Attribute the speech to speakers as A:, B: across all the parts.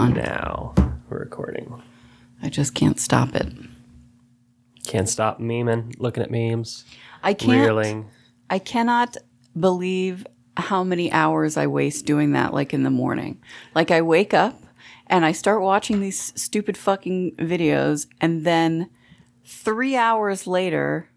A: on.
B: Now we're recording.
A: I just can't stop it.
B: Can't stop memeing, looking at memes,
A: I can't.
B: reeling.
A: I cannot believe how many hours I waste doing that, like in the morning. Like, I wake up and I start watching these stupid fucking videos, and then three hours later,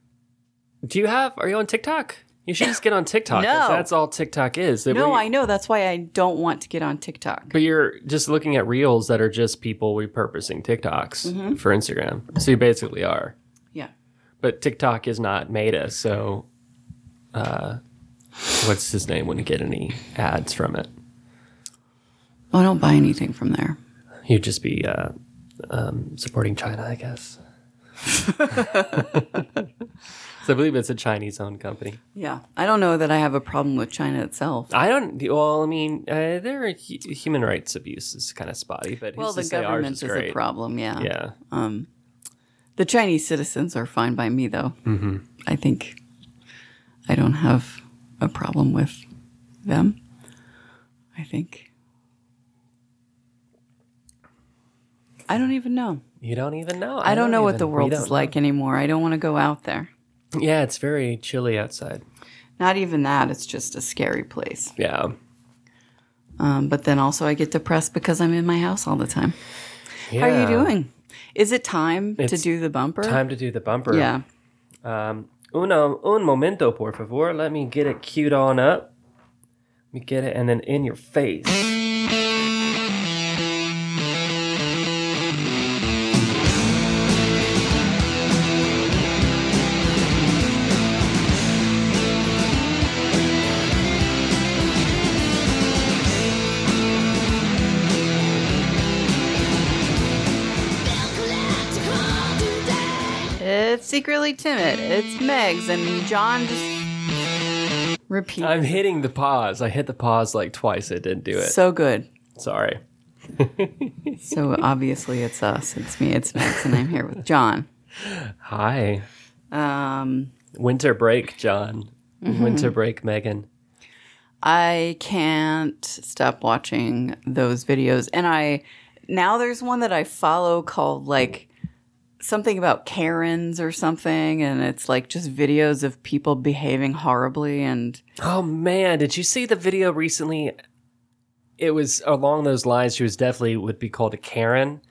B: Do you have? Are you on TikTok? You should just get on TikTok. 'cause
A: No.
B: that's all TikTok is. That
A: no,
B: we-
A: I know. That's why I don't want to get on TikTok.
B: But you're just looking at reels that are just people repurposing TikToks
A: Mm-hmm.
B: for Instagram. So you basically are.
A: Yeah.
B: But TikTok is not Meta, so uh, what's his name? Wouldn't get any ads from it.
A: Well, Oh, I don't buy anything from there.
B: You'd just be uh, um, supporting China, I guess. so I believe it's a Chinese-owned company.
A: Yeah. I don't know that I have a problem with China itself.
B: I don't. Well, I mean, uh, their hu- human rights abuse is kind of spotty, but
A: Well,
B: who's
A: the
B: to say ours
A: government
B: is
A: is
B: great?
A: a problem. Yeah.
B: Yeah,
A: The Chinese citizens are fine by me, though. Mm-hmm. I think I don't have a problem with them. I think. I don't even know.
B: you don't even know.
A: I, don't, know what
B: even-
A: the
B: we
A: world
B: don't
A: is
B: know.
A: like anymore. I don't want to go out there.
B: Yeah, it's very chilly outside.
A: Not even that. It's just a scary place.
B: Yeah,
A: Um, but then also, I get depressed because I'm in my house all the time. How are you
B: Yeah.
A: doing? Is it time to
B: It's
A: do the bumper?
B: Time to do the bumper.
A: Yeah.
B: Uno, un momento, por favor. Let me get it queued on up. Let me get it and then in your face.
A: It's secretly timid. It's Megs, and John just repeats.
B: I'm hitting the pause. I hit the pause like twice. It didn't do it.
A: so good.
B: Sorry.
A: So obviously it's us. It's me. It's Megs, and I'm here with John.
B: Hi.
A: Um,
B: Winter break, John.
A: Mm-hmm.
B: Winter break, Megan.
A: I can't stop watching those videos, and I now there's one that I follow called like something about Karens or something, and it's like just videos of people behaving horribly and
B: Oh man, did you see the video recently? It was along those lines. She was definitely would be called a Karen.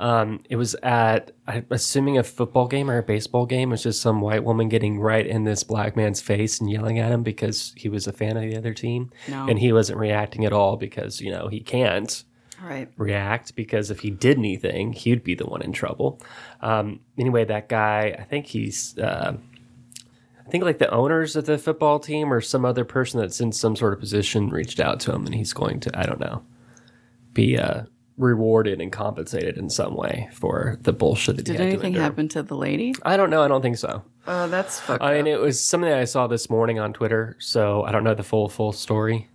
B: Um, it was at I'm assuming a football game or a baseball game. It was just some white woman getting right in this black man's face and yelling at him because he was a fan of the other team,
A: No.
B: and he wasn't reacting at all because you know he can't
A: right.
B: react because if he did anything, he'd be the one in trouble. Um, anyway, that guy, I think he's, uh, I think like the owners of the football team or some other person that's in some sort of position reached out to him and he's going to, I don't know, be uh, rewarded and compensated in some way for the bullshit that he
A: Did
B: had
A: anything
B: to endure.
A: happen to the lady?
B: I don't know. I don't think so.
A: Oh, that's fucked
B: I mean, it was something that I saw this morning on Twitter, so I don't know the full full story.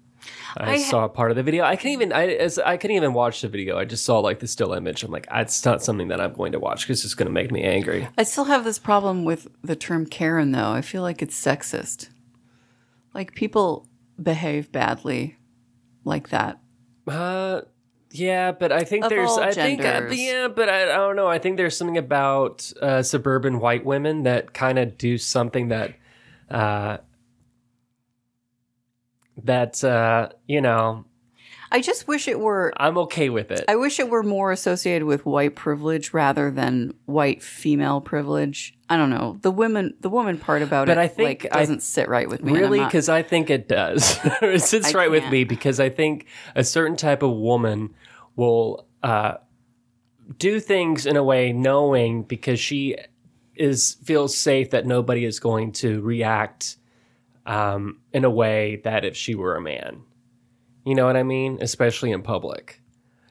B: I,
A: I ha-
B: saw part of the video. I couldn't even I as, I couldn't even watch the video. I just saw like the still image. I'm like, it's not something that I'm going to watch because it's going to make me angry.
A: I still have this problem with the term Karen, though. I feel like it's sexist. Like people behave badly like that.
B: Uh, yeah, but I think
A: Of
B: there's
A: all
B: I think uh, but
A: genders.
B: yeah, but I, I don't know. I think there's something about uh, suburban white women that kind of do something that uh, that uh, you know
A: I just wish it were.
B: I'm okay with it.
A: I wish it were more associated with white privilege rather than white female privilege. I don't know the women, the woman part about
B: But
A: it.
B: I think
A: like,
B: I-
A: doesn't sit right with me. and I'm
B: Really?
A: not-
B: Because I think it does. it sits right with
A: can't.
B: me because I think a certain type of woman will uh, do things in a way knowing because she is feels safe that nobody is going to react um, in a way that if she were a man. You know what I mean? Especially in public.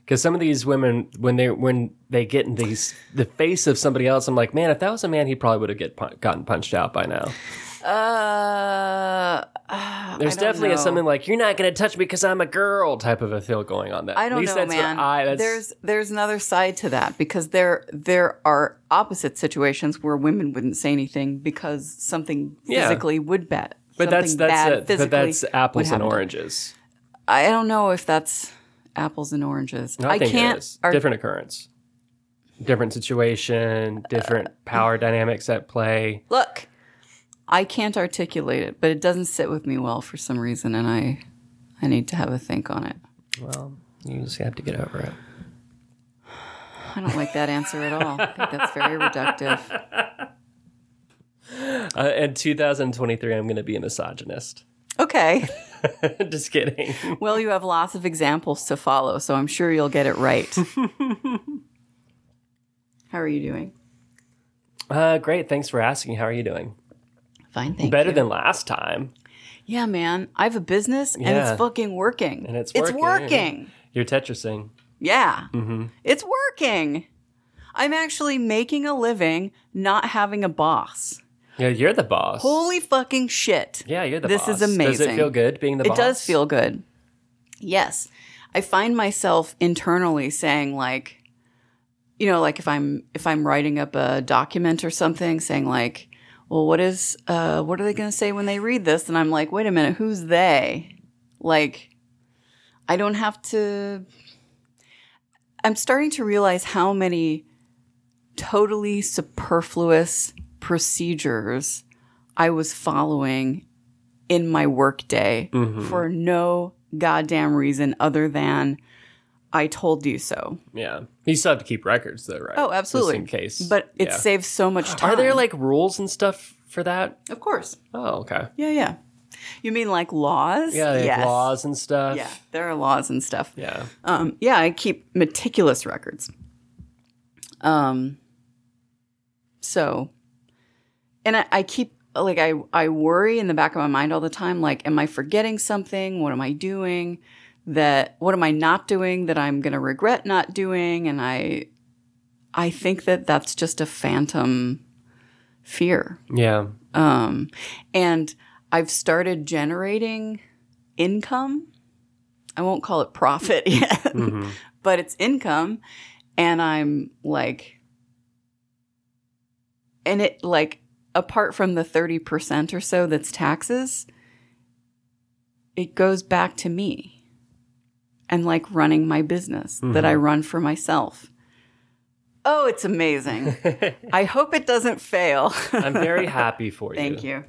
B: Because some of these women, when they when they get in these the face of somebody else, I'm like, man, if that was a man, he probably would have get pun- gotten punched out by now.
A: uh, ah,
B: There's
A: I don't
B: definitely a
A: know.
B: something like "you're not going to touch me because I'm a girl" type of a feel going on. That
A: I don't
B: At least
A: know,
B: that's what
A: man.
B: I- that's-
A: There's there's another side to that because there there are opposite situations where women wouldn't say anything because something
B: Yeah.
A: physically would bad.
B: but that's
A: something
B: that's
A: bad
B: it. but
A: physically
B: that's apples
A: would
B: and
A: happen.
B: oranges.
A: I don't know if that's apples and oranges.
B: I, think it
A: can't.
B: is.
A: ar-
B: different occurrence, different situation,
A: Uh,
B: different power dynamics at play.
A: Look, I can't articulate it, but it doesn't sit with me well for some reason, and I, I need to have a think on it.
B: Well, you just have to get over it.
A: I don't like that answer at all. I think that's very reductive.
B: Uh, in 2023, I'm going to be a misogynist.
A: Okay.
B: just kidding.
A: Well, you have lots of examples to follow, so I'm sure you'll get it right. How are you doing?
B: Uh, great. Thanks for asking. How are you doing?
A: Fine, thank
B: Better
A: you.
B: than last time.
A: yeah, man. I have a business and
B: Yeah.
A: it's fucking working.
B: And it's
A: It's
B: working. Mm-hmm.
A: working.
B: You're Tetrising.
A: Yeah. It's working. I'm actually making a living not having a boss.
B: Yeah, you're the boss.
A: Holy fucking shit.
B: yeah, you're the
A: this
B: boss.
A: is
B: Does it
A: amazing.
B: feel good being the
A: it
B: boss?
A: does feel good. Yes. I find myself internally saying like you know like if I'm if I'm writing up a document or something saying like well what is uh what are they going to say when they read this and I'm like wait a minute who's they? Like I don't have to I'm starting to realize how many totally superfluous procedures I was following in my workday
B: Mm-hmm.
A: for no goddamn reason other than I told you so.
B: Yeah. You still have to keep records, though, right?
A: Oh, absolutely.
B: Just in case.
A: But it
B: Yeah.
A: saves so much time.
B: Are there like rules and stuff for that?
A: Of course.
B: Oh, okay.
A: Yeah, yeah. You mean like laws?
B: Yeah, like
A: Yes.
B: laws and stuff.
A: Yeah, there are laws and stuff.
B: Yeah.
A: Um, yeah, I keep meticulous records. Um, so, and I, I keep like I I worry in the back of my mind all the time. Like, am I forgetting something? What am I doing? That what am I not doing that I'm gonna regret not doing? And I, I think that that's just a phantom fear.
B: Yeah.
A: Um, and I've started generating income. I won't call it profit yet, but it's income. And I'm like, and it like, apart from the 30% or so that's taxes, it goes back to me and like running my business that I run for myself. Oh, it's amazing. I hope it doesn't fail.
B: I'm very happy for you.
A: Thank you.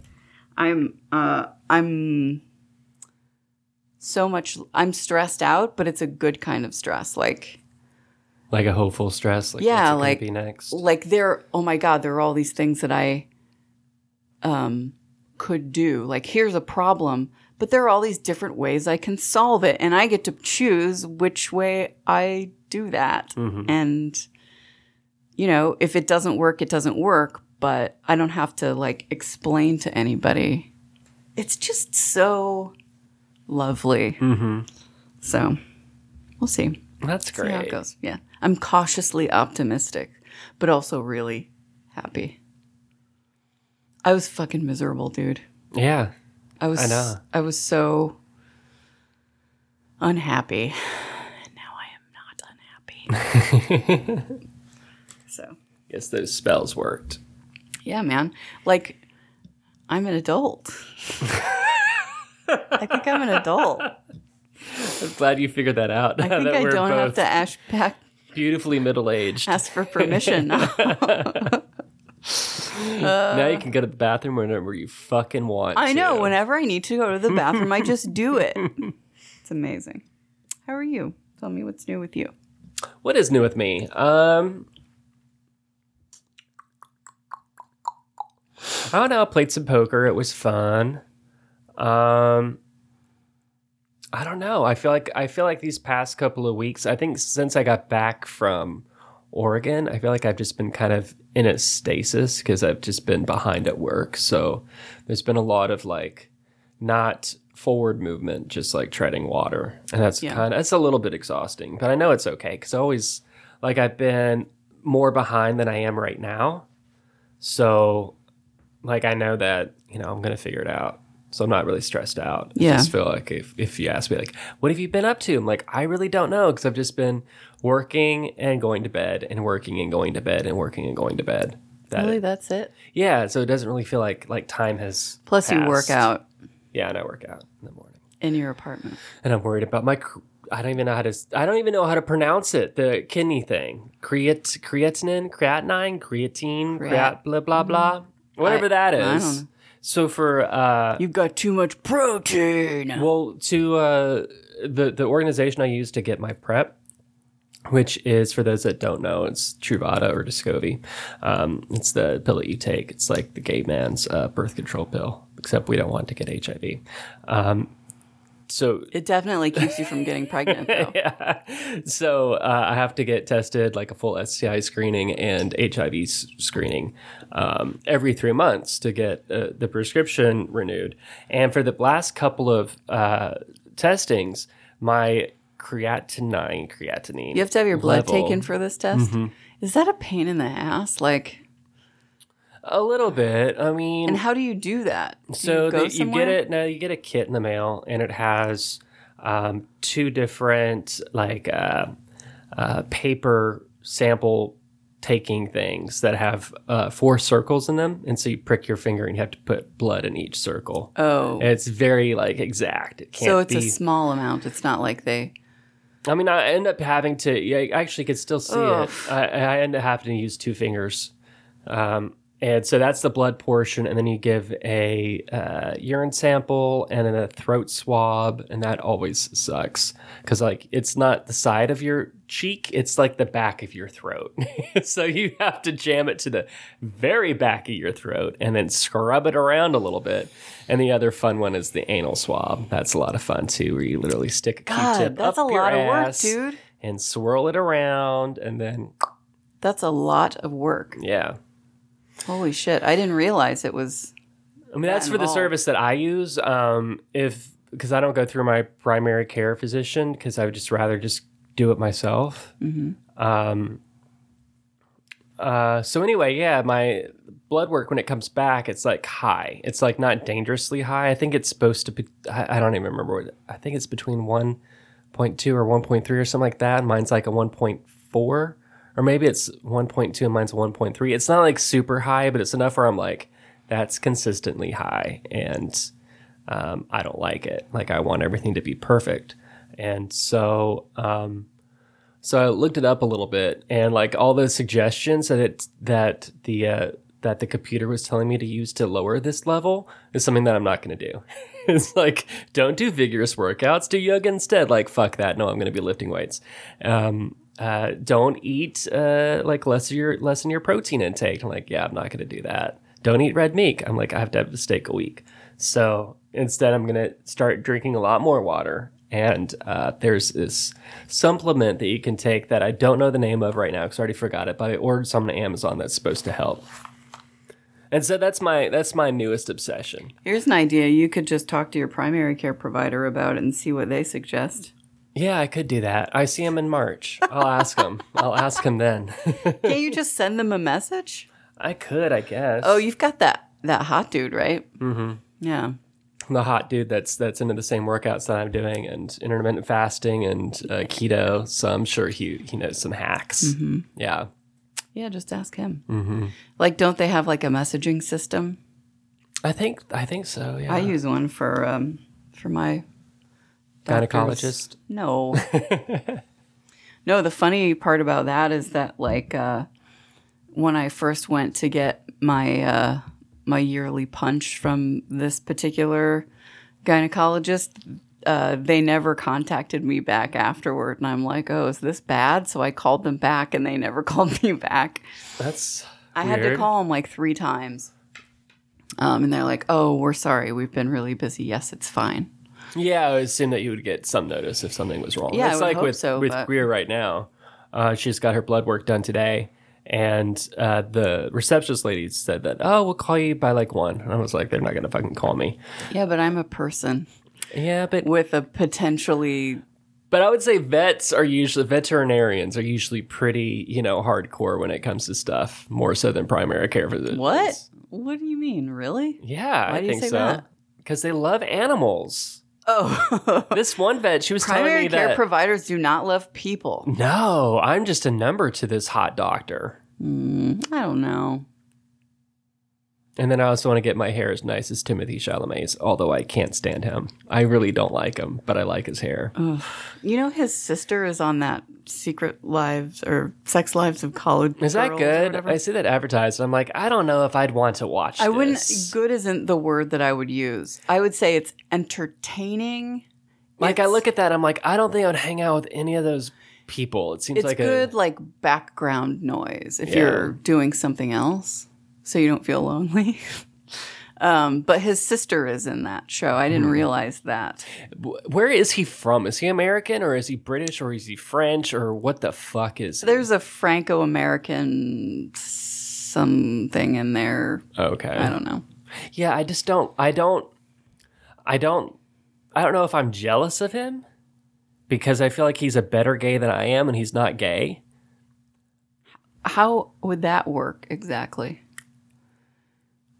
A: I'm uh I'm so much I'm stressed out, but it's a good kind of stress. Like
B: Like a hopeful stress. Like, what's it
A: Yeah,
B: gonna
A: like-
B: be next.
A: like there oh my god, there are all these things that I um could do. Like here's a problem, but there are all these different ways I can solve it and I get to choose which way I do that. And you know, if it doesn't work, it doesn't work, but I don't have to like explain to anybody. It's just so lovely. So we'll see.
B: That's
A: See how it
B: great.
A: goes. Yeah. I'm cautiously optimistic, but also really happy. I was fucking miserable, dude.
B: Yeah.
A: I was
B: I know.
A: I was so unhappy. And now I am not unhappy. so
B: Yes, those spells worked.
A: yeah, man. Like I'm an adult. I think I'm an adult.
B: I'm glad you figured that out.
A: I think
B: that
A: I
B: we're
A: don't have
B: both
A: to ask back
B: beautifully middle aged.
A: ask for permission now.
B: now you can go to the bathroom whenever you fucking want.
A: Uh, I know.
B: to.
A: Whenever I need to go to the bathroom, I just do it. It's amazing. How are you? Tell me what's new with you.
B: What is new with me? Um, I don't know. I played some poker. It was fun. Um, I don't know. I feel like I feel like these past couple of weeks. I think since I got back from Oregon, I feel like I've just been kind of in a stasis because I've just been behind at work. So there's been a lot of like not forward movement, just like treading water, and that's
A: Yeah.
B: kind of that's a little bit exhausting. But I know it's okay because I always like I've been more behind than I am right now. So like I know that you know I'm gonna figure it out. So I'm not really stressed out. I
A: Yeah.
B: just feel like if, if you ask me like, what have you been up to? I'm like, I really don't know because I've just been working and going to bed and working and going to bed and working and going to bed. That
A: Really, that's it.
B: yeah. So it doesn't really feel like like time has.
A: Plus, you work
B: passed.
A: out
B: Yeah, and I work out in the morning,
A: in your apartment.
B: and I'm worried about my c- I don't even know how to. I don't even know how to pronounce it. The kidney thing, creat creatinine, creatinine, creatine,
A: Creat- Mm-hmm.
B: creat blah blah blah, whatever
A: I-
B: that
A: I don't
B: is.
A: know.
B: So for uh,
A: You've got too much protein.
B: well, to uh, the the organization I use to get my prep, which is for those that don't know, it's Truvada or Descovy. Um, it's the pill that you take. It's like the gay man's uh, birth control pill, except we don't want to get HIV. Um, so
A: It definitely keeps you from getting pregnant, though.
B: yeah. So uh, I have to get tested like a full STI screening and HIV s- screening um, every three months to get uh, the prescription renewed. And for the last couple of uh, testings, my creatinine, creatinine.
A: You have to have your blood
B: level- Mm-hmm.
A: taken for this test. Is that a pain in the ass? Like,
B: a little bit. I mean,
A: and how do you do that? Do
B: so
A: you,
B: you,
A: go
B: you get
A: somewhere?
B: it no you get a kit in the mail and it has um, two different like uh, uh, paper sample taking things that have uh, four circles in them and so you prick your finger and you have to put blood in each circle
A: Oh,
B: And it's very like exact it can't
A: so it's
B: be
A: a small amount. It's not like they.
B: I mean, I end up having to. Yeah, I actually could still see
A: Ugh.
B: it. I, I end up having to use two fingers, um, and so that's the blood portion. And then you give a uh, urine sample and then a throat swab, and that always sucks because like it's not the side of your cheek; it's like the back of your throat. so you have to jam it to the very back of your throat and then scrub it around a little bit. And the other fun one is the anal swab. That's a lot of fun too, where you literally stick a Q-tip
A: God, that's a
B: up your
A: lot of work,
B: ass
A: dude.
B: and swirl it around and then
A: That's a lot of work.
B: yeah
A: Holy shit! I didn't realize it was.
B: i mean that's for the
A: involved.
B: service that i use um if because i don't go through my primary care physician because i would just rather just do it myself um uh so anyway yeah my blood work when it comes back it's like high it's like not dangerously high i think it's supposed to be i, I don't even remember what i think it's between 1.2 or 1.3 or something like that and mine's like a 1.4 or maybe it's 1.2 and mine's 1.3 it's not like super high but it's enough where i'm like that's consistently high and um, i don't like it like i want everything to be perfect and so um, so I looked it up a little bit, and like all those suggestions that it that the uh, that the computer was telling me to use to lower this level is something that I'm not going to do. it's like don't do vigorous workouts, do yoga instead. Like fuck that. No, I'm going to be lifting weights. Um, uh, don't eat uh, like less of your lessen your protein intake. I'm like yeah, I'm not going to do that. Don't eat red meat. I'm like I have to have a steak a week. So instead, I'm going to start drinking a lot more water. And uh, there's this supplement that you can take that I don't know the name of right now because I already forgot it, but I ordered some on Amazon that's supposed to help. And so that's my that's my newest obsession.
A: Here's an idea. You could just talk to your primary care provider about it and see what they suggest.
B: Yeah, I could do that. I see him in March. I'll ask him. I'll ask him then.
A: Can't you just send them a message?
B: I could, I guess.
A: Oh, you've got that that hot dude, right? Mm-hmm. Yeah.
B: the hot dude that's that's into the same workouts that I'm doing and intermittent fasting and uh, keto. So I'm sure he he knows some hacks.
A: Mm-hmm.
B: Yeah.
A: Yeah, just ask him. Like, don't they have like a messaging system?
B: I think I think so. Yeah,
A: I use one for um for my
B: gynecologist.
A: no. no, the funny part about that is that like uh, when I first went to get my uh, my yearly punch from this particular gynecologist, uh, they never contacted me back afterward, and I'm like, oh, is this bad? So I called them back, and they never called me back.
B: That's
A: I had to
B: weird.
A: call them like three times. Um, and they're like, oh, we're sorry. We've been really busy. Yes, it's fine.
B: Yeah, I would assume that you would get some notice if something was wrong.
A: Yeah, I
B: it's
A: would
B: like
A: hope
B: with
A: so,
B: with
A: but-
B: Greer right now. Uh, she's got her blood work done today, and uh, the receptionist lady said that, "Oh, we'll call you by like one." And I was like, "They're not gonna fucking call me."
A: Yeah, but I'm a person.
B: Yeah, but
A: with a potentially
B: but I would say vets are usually veterinarians are usually pretty you know hardcore when it comes to stuff more so than primary care physicians.
A: what? What do you mean, really?
B: Yeah,
A: Why
B: I
A: do you
B: think
A: say
B: so.
A: that?
B: Because they love animals.
A: Oh,
B: This one vet, she was telling
A: primary
B: me
A: care
B: that.
A: providers do not love people.
B: no, I'm just Mm. a
A: Mm,
B: number to this hot doctor.
A: I don't know.
B: And then I also want to get my hair as nice as Timothy Chalamet's, although I can't stand him. I really don't like him, but I like his hair.
A: Uh, You know, his sister is on that Secret Lives or Sex Lives of College.
B: Is that
A: Girls or
B: good?
A: whatever.
B: I see that advertised. And I'm like, I don't know if I'd want to watch.
A: I wouldn't.
B: this.
A: Good isn't the word that I would use. I would say it's entertaining.
B: Like, I look at that. I'm like, I don't think I would hang out with any of those people. It seems
A: It's
B: like
A: good, like background noise if
B: Yeah.
A: you're doing something else, so you don't feel lonely. um, but his sister is in that show. I
B: Hmm.
A: didn't realize that.
B: a. wh- Where is he from? Is he American or is he British or is he French or what the fuck is? he?
A: There's a Franco-American something in there.
B: Okay.
A: I don't know.
B: Yeah, I just don't. I don't. I don't. I don't know if I'm jealous of him because I feel like he's a better gay than I am, and he's not gay.
A: How would that work exactly?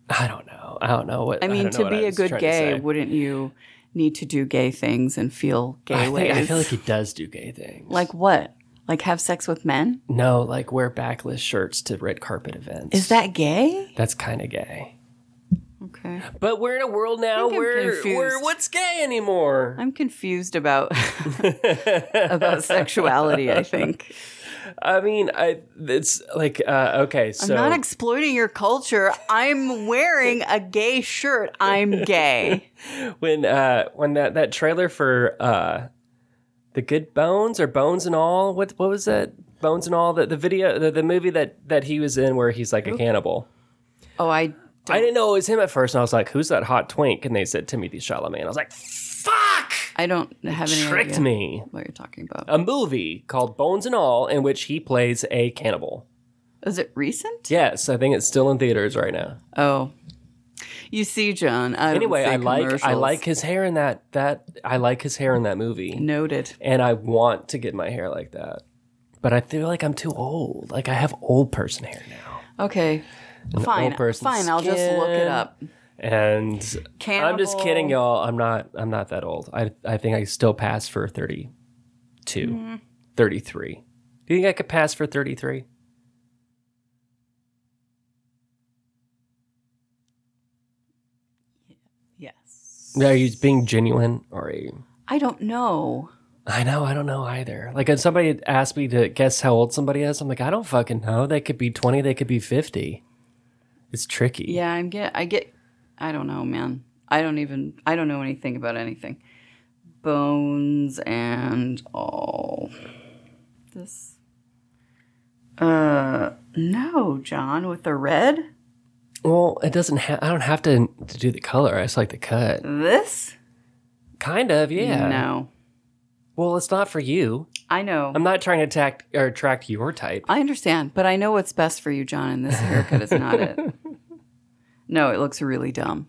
B: I don't know. I don't know what.
A: I
B: don't
A: mean,
B: know
A: to
B: what
A: be
B: I
A: a
B: was
A: good
B: trying to
A: gay,
B: say.
A: wouldn't you need to do gay things and feel gay
B: I,
A: ways?
B: think, I feel like he does do gay things.
A: Like what? Like have sex with men?
B: no, like wear backless shirts to red carpet events.
A: Is that gay?
B: that's kind of gay?
A: Okay.
B: But we're in a world now
A: think I'm
B: where
A: confused.
B: where what's gay anymore?
A: I'm confused about about sexuality, I think.
B: I mean, I it's like uh, okay, so
A: I'm not exploiting your culture. I'm wearing a gay shirt. I'm gay.
B: when uh when that that trailer for uh the good bones or bones and all what what was that bones and all the, the video the, the movie that that he was in where he's like a cannibal
A: Oh, I
B: i didn't know it was him at first and i was like who's that hot twink and they said timothy chalamet and i was like fuck
A: I don't have any
B: tricked
A: idea
B: me
A: what you're talking about.
B: a movie called bones and all in which he plays a cannibal
A: Is it recent?
B: yes i think it's still in theaters right now
A: Oh. You see, John. I don't
B: anyway
A: see
B: i like i
A: commercials.
B: like his hair in that that i like his hair in that movie
A: noted.
B: and I want to get my hair like that. But I feel like I'm too old. Like I have old person hair now.
A: Okay. Fine.
B: old person's
A: Fine, I'll just look it
B: skin.
A: up.
B: And I'm just kidding y'all. I'm not I'm not that old. I I think I still pass for 32.
A: Mm-hmm.
B: 33. Do you think I could pass for 33?
A: Yes.
B: Are you being genuine or are you
A: I don't know.
B: I know, I don't know either. Like if somebody asked me to guess how old somebody is, I'm like, I don't fucking know. They could be 20, they could be 50. It's tricky.
A: Yeah, I'm get I get I don't know, man. I don't even I don't know anything about anything. Bones and all. This uh no, John, with the red?
B: Well, it doesn't have I don't have to to do the color. I just like the cut.
A: This?
B: Kind of, yeah.
A: No.
B: Well, it's not for you.
A: I know.
B: I'm not trying to attack or attract your type.
A: I understand, but I know what's best for you, John, and this haircut is not it. No, it looks really dumb.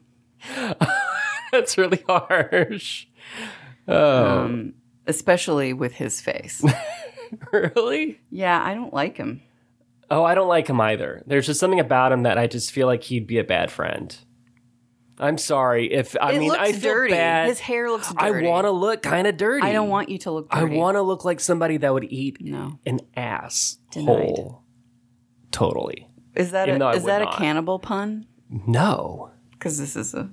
B: That's really harsh.
A: Especially with his face.
B: really?
A: yeah, I don't like him.
B: Oh, I don't like him either. There's just something about him that I just feel like he'd be a bad friend. I'm sorry if I
A: it
B: mean
A: looks
B: I feel
A: dirty.
B: bad.
A: His hair looks
B: I
A: dirty.
B: want to look kind of dirty.
A: I don't want you to look
B: I
A: dirty.
B: want to look like somebody that would eat
A: No.
B: an ass
A: Denied.
B: whole. Totally.
A: Is that
B: Even though
A: a,
B: I
A: is
B: would
A: that
B: not.
A: a cannibal pun?
B: No.
A: Because this is a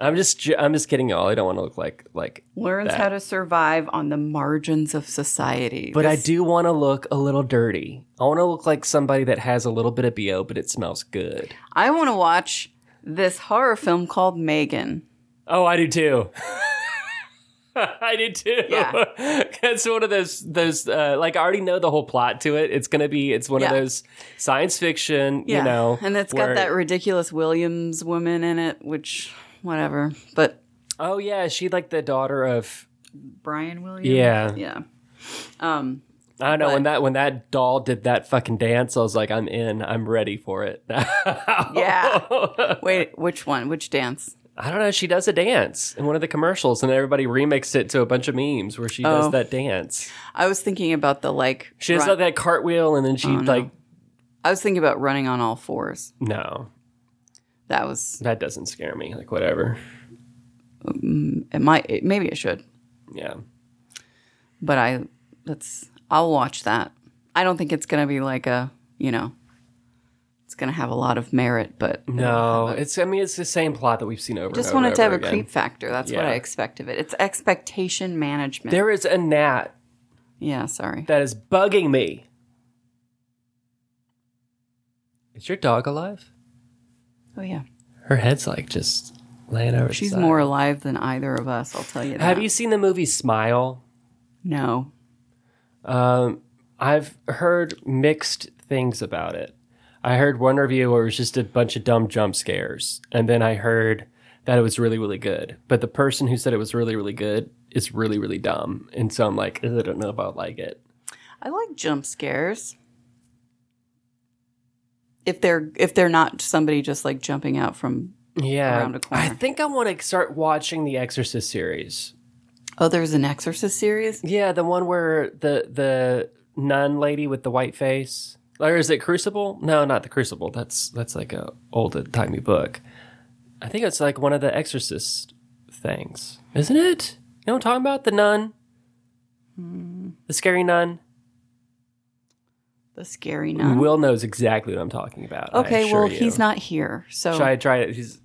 B: I'm just j- I'm just kidding y'all. I don't want to look like like
A: learns
B: That.
A: how to survive on the margins of society.
B: But I
A: This-
B: do want to look a little dirty. I want to look like somebody that has a little bit of BO, but it smells good.
A: I want to watch this horror film called Megan.
B: Oh, I do too. I do too.
A: Yeah.
B: That's one of those those uh, like I already know the whole plot to it. It's gonna be it's one of
A: Yeah.
B: those science fiction, you know.
A: and it's
B: where-
A: got that ridiculous Williams woman in it, which whatever. But
B: Oh yeah, she like the daughter of
A: Brian Williams.
B: Yeah.
A: yeah. Um,
B: I don't know when that when that doll did that fucking dance, I was like, I'm in, I'm ready for it.
A: yeah. Wait, which one? Which dance?
B: I don't know. She does a dance in one of the commercials, and everybody remixed it to a bunch of memes where she
A: Oh.
B: does that dance.
A: I was thinking about the like.
B: She does
A: run-
B: like that cartwheel, and then
A: Oh,
B: she like
A: I was thinking about running on all fours.
B: no,
A: That was
B: that doesn't scare me. Like whatever.
A: it. Might it, maybe it should.
B: Yeah.
A: but I that's I'll watch that. I don't think it's gonna be like a you know it's going to have a lot of merit, but
B: No, it's. I mean, it's the same plot that we've seen over.
A: just
B: and over
A: wanted to have
B: and
A: a
B: over again.
A: creep factor. That's what
B: Yeah.
A: I expect of it. It's expectation management.
B: There is a gnat
A: yeah, sorry.
B: that is bugging me. Is your dog alive?
A: Oh yeah,
B: Her head's like just laying over. the
A: she's
B: side.
A: more alive than either of us. I'll tell you that.
B: Have you seen the movie Smile?
A: No.
B: Um, I've heard mixed things about it. I heard one review where it was just a bunch of dumb jump scares, and then I heard that it was really, really good. But the person who said it was really, really good is really, really dumb, and so I'm like, "Ugh, I don't know if I like it.
A: I like jump scares. If they're if they're not somebody just like jumping out from
B: Yeah,
A: Around a corner.
B: I think I want to start watching the Exorcist series.
A: oh there's an Exorcist series
B: Yeah, the one where the the nun lady with the white face, or is it Crucible? No, not the Crucible. That's that's like a old uh, timey book. I think it's like one of the Exorcist things, isn't it? You know what I'm talking about? The nun,
A: Hmm.
B: the scary nun.
A: the scary nun
B: Will knows exactly what I'm talking about. I
A: okay
B: assure
A: well
B: you.
A: he's not here so
B: Should I try it? He's.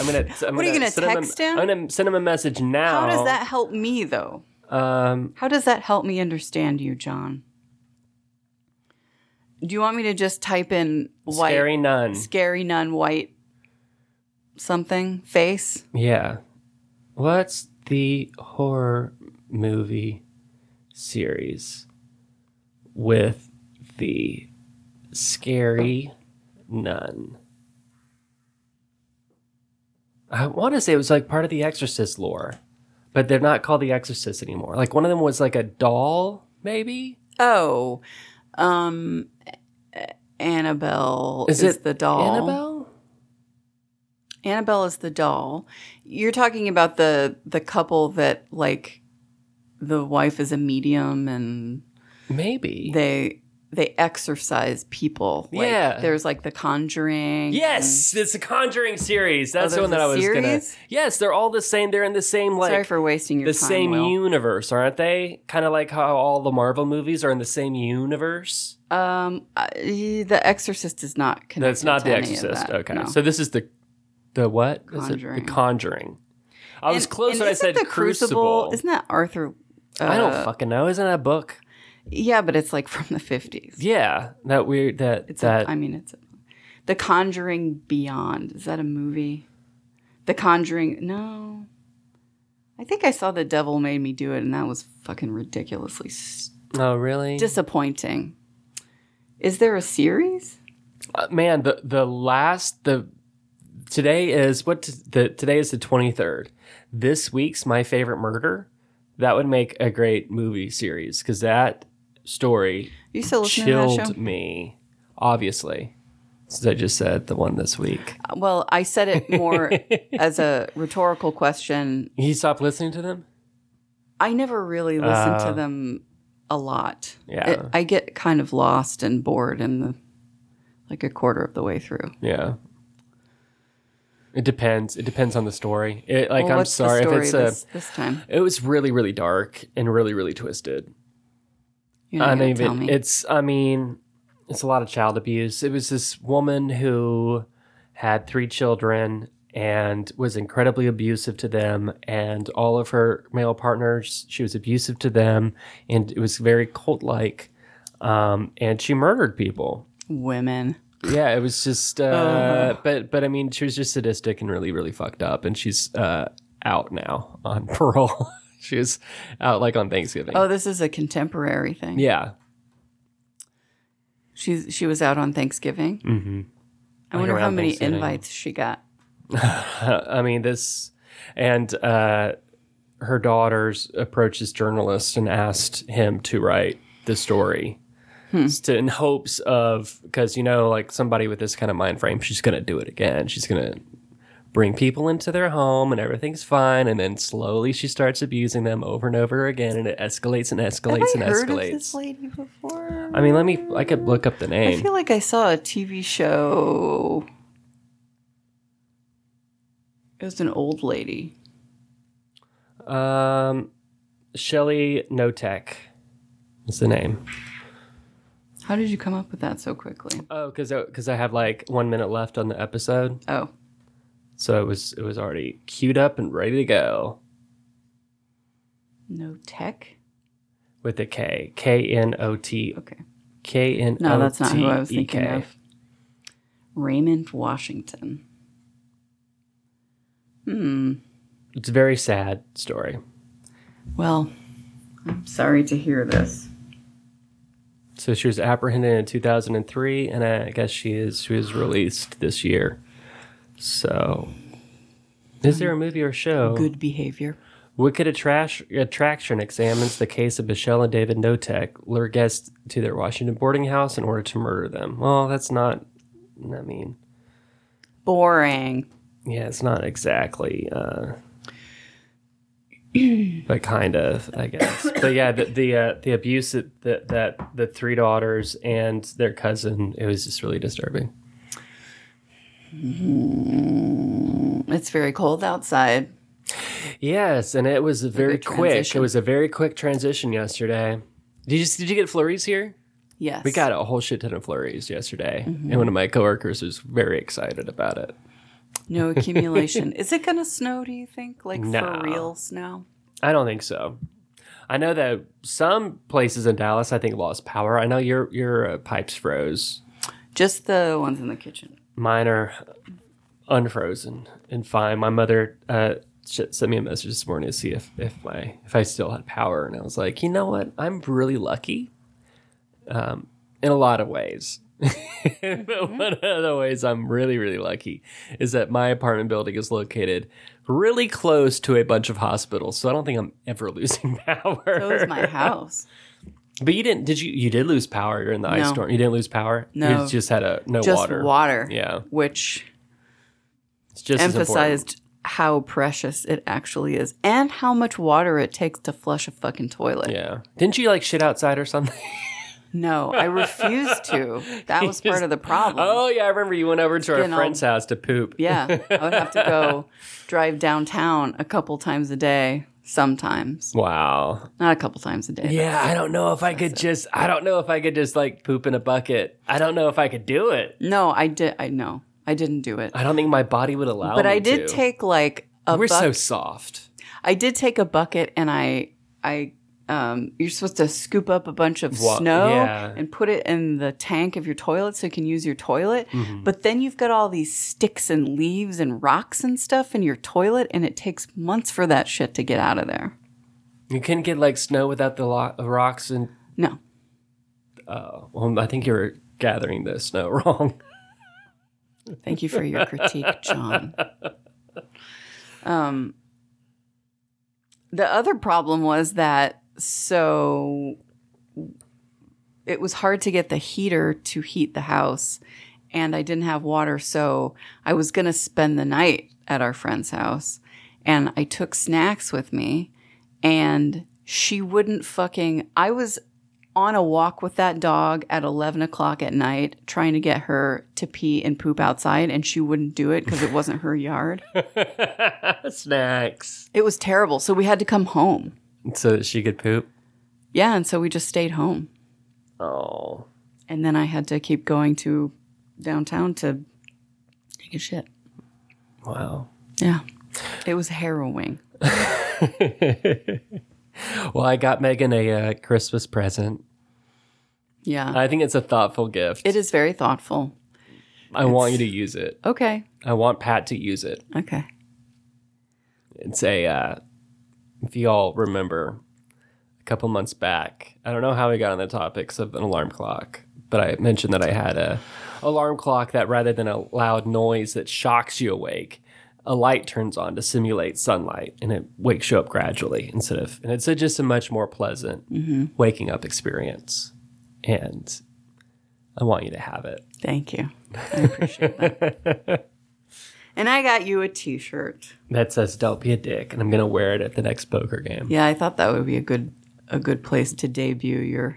B: I'm gonna. I'm gonna I'm
A: What are you gonna
B: send him a-
A: text him?
B: I'm gonna send him a message now.
A: how does that help me though
B: Um,
A: how does that help me understand you John do you want me to just type in white
B: scary nun.
A: scary nun white something face
B: Yeah. What's the horror movie series with the scary nun? I want to say it was like part of the Exorcist lore, but they're not called the Exorcist anymore. Like one of them was like a doll, maybe?
A: oh um A- Annabelle is, the doll
B: Annabelle?
A: Annabelle is the doll. You're talking about the the couple that like the wife is a medium and
B: Maybe.
A: they they exorcise people. Like,
B: Yeah.
A: There's like the conjuring.
B: Yes, it's the Conjuring series. That's the
A: Oh,
B: one
A: there's
B: that
A: a
B: I was gonna.
A: series?
B: Yes, they're all the same. They're in the same like
A: Sorry for wasting your
B: the
A: time.
B: same
A: Will.
B: universe, aren't they? Kind of like how all the Marvel movies are in the same universe.
A: Um, uh, the Exorcist is not connected.
B: That's not
A: to
B: The
A: any of
B: Exorcist.
A: that,
B: Okay,
A: no.
B: so this is the the what? Is it
A: Conjuring.
B: The Conjuring. I was
A: And-
B: close
A: and
B: when I said
A: isn't the
B: Crucible.
A: Isn't that Arthur?
B: I don't
A: uh,
B: fucking know. Isn't that a book?
A: Yeah, but it's like from the fifties.
B: Yeah, that weird. That
A: It's
B: that
A: a, I mean, it's a, The Conjuring Beyond. Is that a movie? The Conjuring. No. I think I saw The Devil Made Me Do It, and that was fucking ridiculously s-
B: oh really?
A: disappointing. Is there a series?
B: Uh, man, the the last the today is what t- the today is the 23rd. This week's my favorite murder. That would make a great movie series cuz that story
A: You still listening to that
B: chilled
A: show?
B: me obviously. Since I just said the one this week.
A: Well, I said it more as a rhetorical question.
B: You stopped listening to them?
A: I never really listen
B: Uh,
A: to them a lot.
B: Yeah.
A: It- I get kind of lost and bored in the like a quarter of the way through.
B: Yeah. It depends. It depends on the story. It, like
A: Well,
B: I'm
A: what's the
B: sorry if
A: story
B: it's a
A: this, this time.
B: it was really really dark and really really twisted.
A: You're not
B: I
A: gonna
B: mean,
A: tell me.
B: it's I mean, it's a lot of child abuse. It was this woman who had three children and was incredibly abusive to them and all of her male partners she was abusive to them and it was very cult like um, and she murdered people
A: Women.
B: yeah it was just uh,
A: Uh-huh.
B: but but i mean she was just sadistic and really really fucked up and she's uh, out now on parole she was out like on thanksgiving
A: Oh, this is a contemporary thing.
B: yeah
A: She's she was out on Thanksgiving. Mm-hmm. I
B: Like
A: wonder how
B: around
A: many
B: Thanksgiving.
A: invites she got.
B: I mean, this and uh, her daughters approached this journalist and asked him to write the story
A: Hmm.
B: S- to, in hopes of because you know, like somebody with this kind of mind frame, she's going to do it again. She's going to bring people into their home and everything's fine. And then slowly she starts abusing them over and over again, and it escalates and escalates
A: Have
B: and
A: I heard
B: escalates.
A: of this lady before?
B: I mean, let me. I could look up the
A: I
B: name.
A: feel like I saw a TV show. It was an old lady.
B: um, Shelly Notek is the name.
A: How did you come up with that so quickly?
B: Oh, because because I have like one minute left on the episode,
A: Oh,
B: so it was it was already queued up and ready to go
A: no tech.
B: with a K K N O T
A: Okay.
B: K N O T E K.
A: No, that's not who I was thinking of. Raymond Washington. Hmm.
B: It's a very sad story.
A: Well, I'm sorry to hear this.
B: So she was apprehended in 2003, and I guess she is she was released this year. So, is there a movie or show?
A: Good behavior.
B: Wicked Attrash- Attraction examines the case of Michelle and David Notek, lure guests to their Washington boarding house in order to murder them. Well, that's not. I mean,
A: Boring.
B: yeah, it's not exactly. Uh, but kind of, I guess. But yeah, the the, uh, the abuse that, that that the three daughters and their cousin. It was just really disturbing.
A: It's very cold outside.
B: Yes, and it was a very
A: good
B: quick.
A: transition.
B: It was a very quick transition yesterday. Did you did you get flurries here?
A: Yes.
B: We got a whole shit ton of flurries yesterday, and one of my coworkers was very excited about it.
A: no accumulation. Is it going to snow, do you think? Like
B: No.
A: for real snow?
B: I don't think so. I know that some places in Dallas, I think, lost power. I know your your uh, pipes froze.
A: Just the ones in the kitchen.
B: Mine are unfrozen and fine. My mother uh, sh- sent me a message this morning to see if if my if I still had power, and I was like, you know what? I'm really lucky, um, in a lot of ways. but
A: Mm-hmm.
B: one of the ways I'm really really lucky is that my apartment building is located really close to a bunch of hospitals, so I don't think I'm ever losing power.
A: So is my house.
B: But you didn't? Did you? You did lose power during the ice
A: No.
B: storm. You didn't lose power.
A: No.
B: you just had a no
A: Just
B: water.
A: water.
B: Yeah,
A: Which
B: it's just as important.
A: emphasized how precious it actually is and how much water it takes to flush a fucking toilet.
B: Yeah. Didn't you like shit outside or something?
A: No, I refuse to. That was part of the problem.
B: oh yeah, I remember you went over to our
A: Getting all-
B: friend's house to poop.
A: Yeah, I would have to go drive downtown a couple times a day, sometimes.
B: Wow.
A: Not a couple times a day.
B: Yeah, I don't know if I could just I don't know if I could just like poop in a bucket. I don't know if I could do it.
A: No, I did I no. I didn't do it.
B: I don't think my body would allow
A: But
B: me
A: I did
B: to.
A: take like a
B: We're
A: buck-
B: so soft.
A: I did take a bucket and I I um, you're supposed to scoop up a bunch of
B: Wa-
A: snow
B: yeah.
A: and put it in the tank of your toilet so you can use your toilet.
B: Mm-hmm.
A: But then you've got all these sticks and leaves and rocks and stuff in your toilet, and it takes months for that shit to get out of there.
B: You couldn't get like snow without the lo- rocks and
A: No,
B: oh, well, I think you were gathering the snow wrong.
A: Thank you for your critique, John. Um, the other problem was that so it was hard to get the heater to heat the house, and I didn't have water, so I was going to spend the night at our friend's house, and I took snacks with me, and she wouldn't fucking. I was on a walk with that dog at 11 o'clock at night trying to get her to pee and poop outside and she wouldn't do it because it wasn't her yard
B: Snacks.
A: it was terrible so we had to come home
B: So that she could poop.
A: yeah and so we just stayed home
B: Oh.
A: and then i had to keep going to downtown to take a shit
B: Wow.
A: yeah it was harrowing
B: Well, I got Megan a uh, Christmas present.
A: yeah
B: I think it's a thoughtful gift.
A: it is very thoughtful
B: I want you to use it.
A: okay
B: I want Pat to use it.
A: okay
B: It's a, uh, if you all remember, a couple months back, I don't know how we got on the topics of an alarm clock, but I mentioned that I had a alarm clock that rather than a loud noise that shocks you awake, a light turns on to simulate sunlight and it wakes you up gradually instead of, and it's a, just a much more pleasant waking up experience. And I want you to have it.
A: thank you i appreciate that and i got you a t-shirt
B: that says "Don't be a dick," and I'm gonna wear it at the next poker game.
A: Yeah, I thought that would be a good a good place to debut your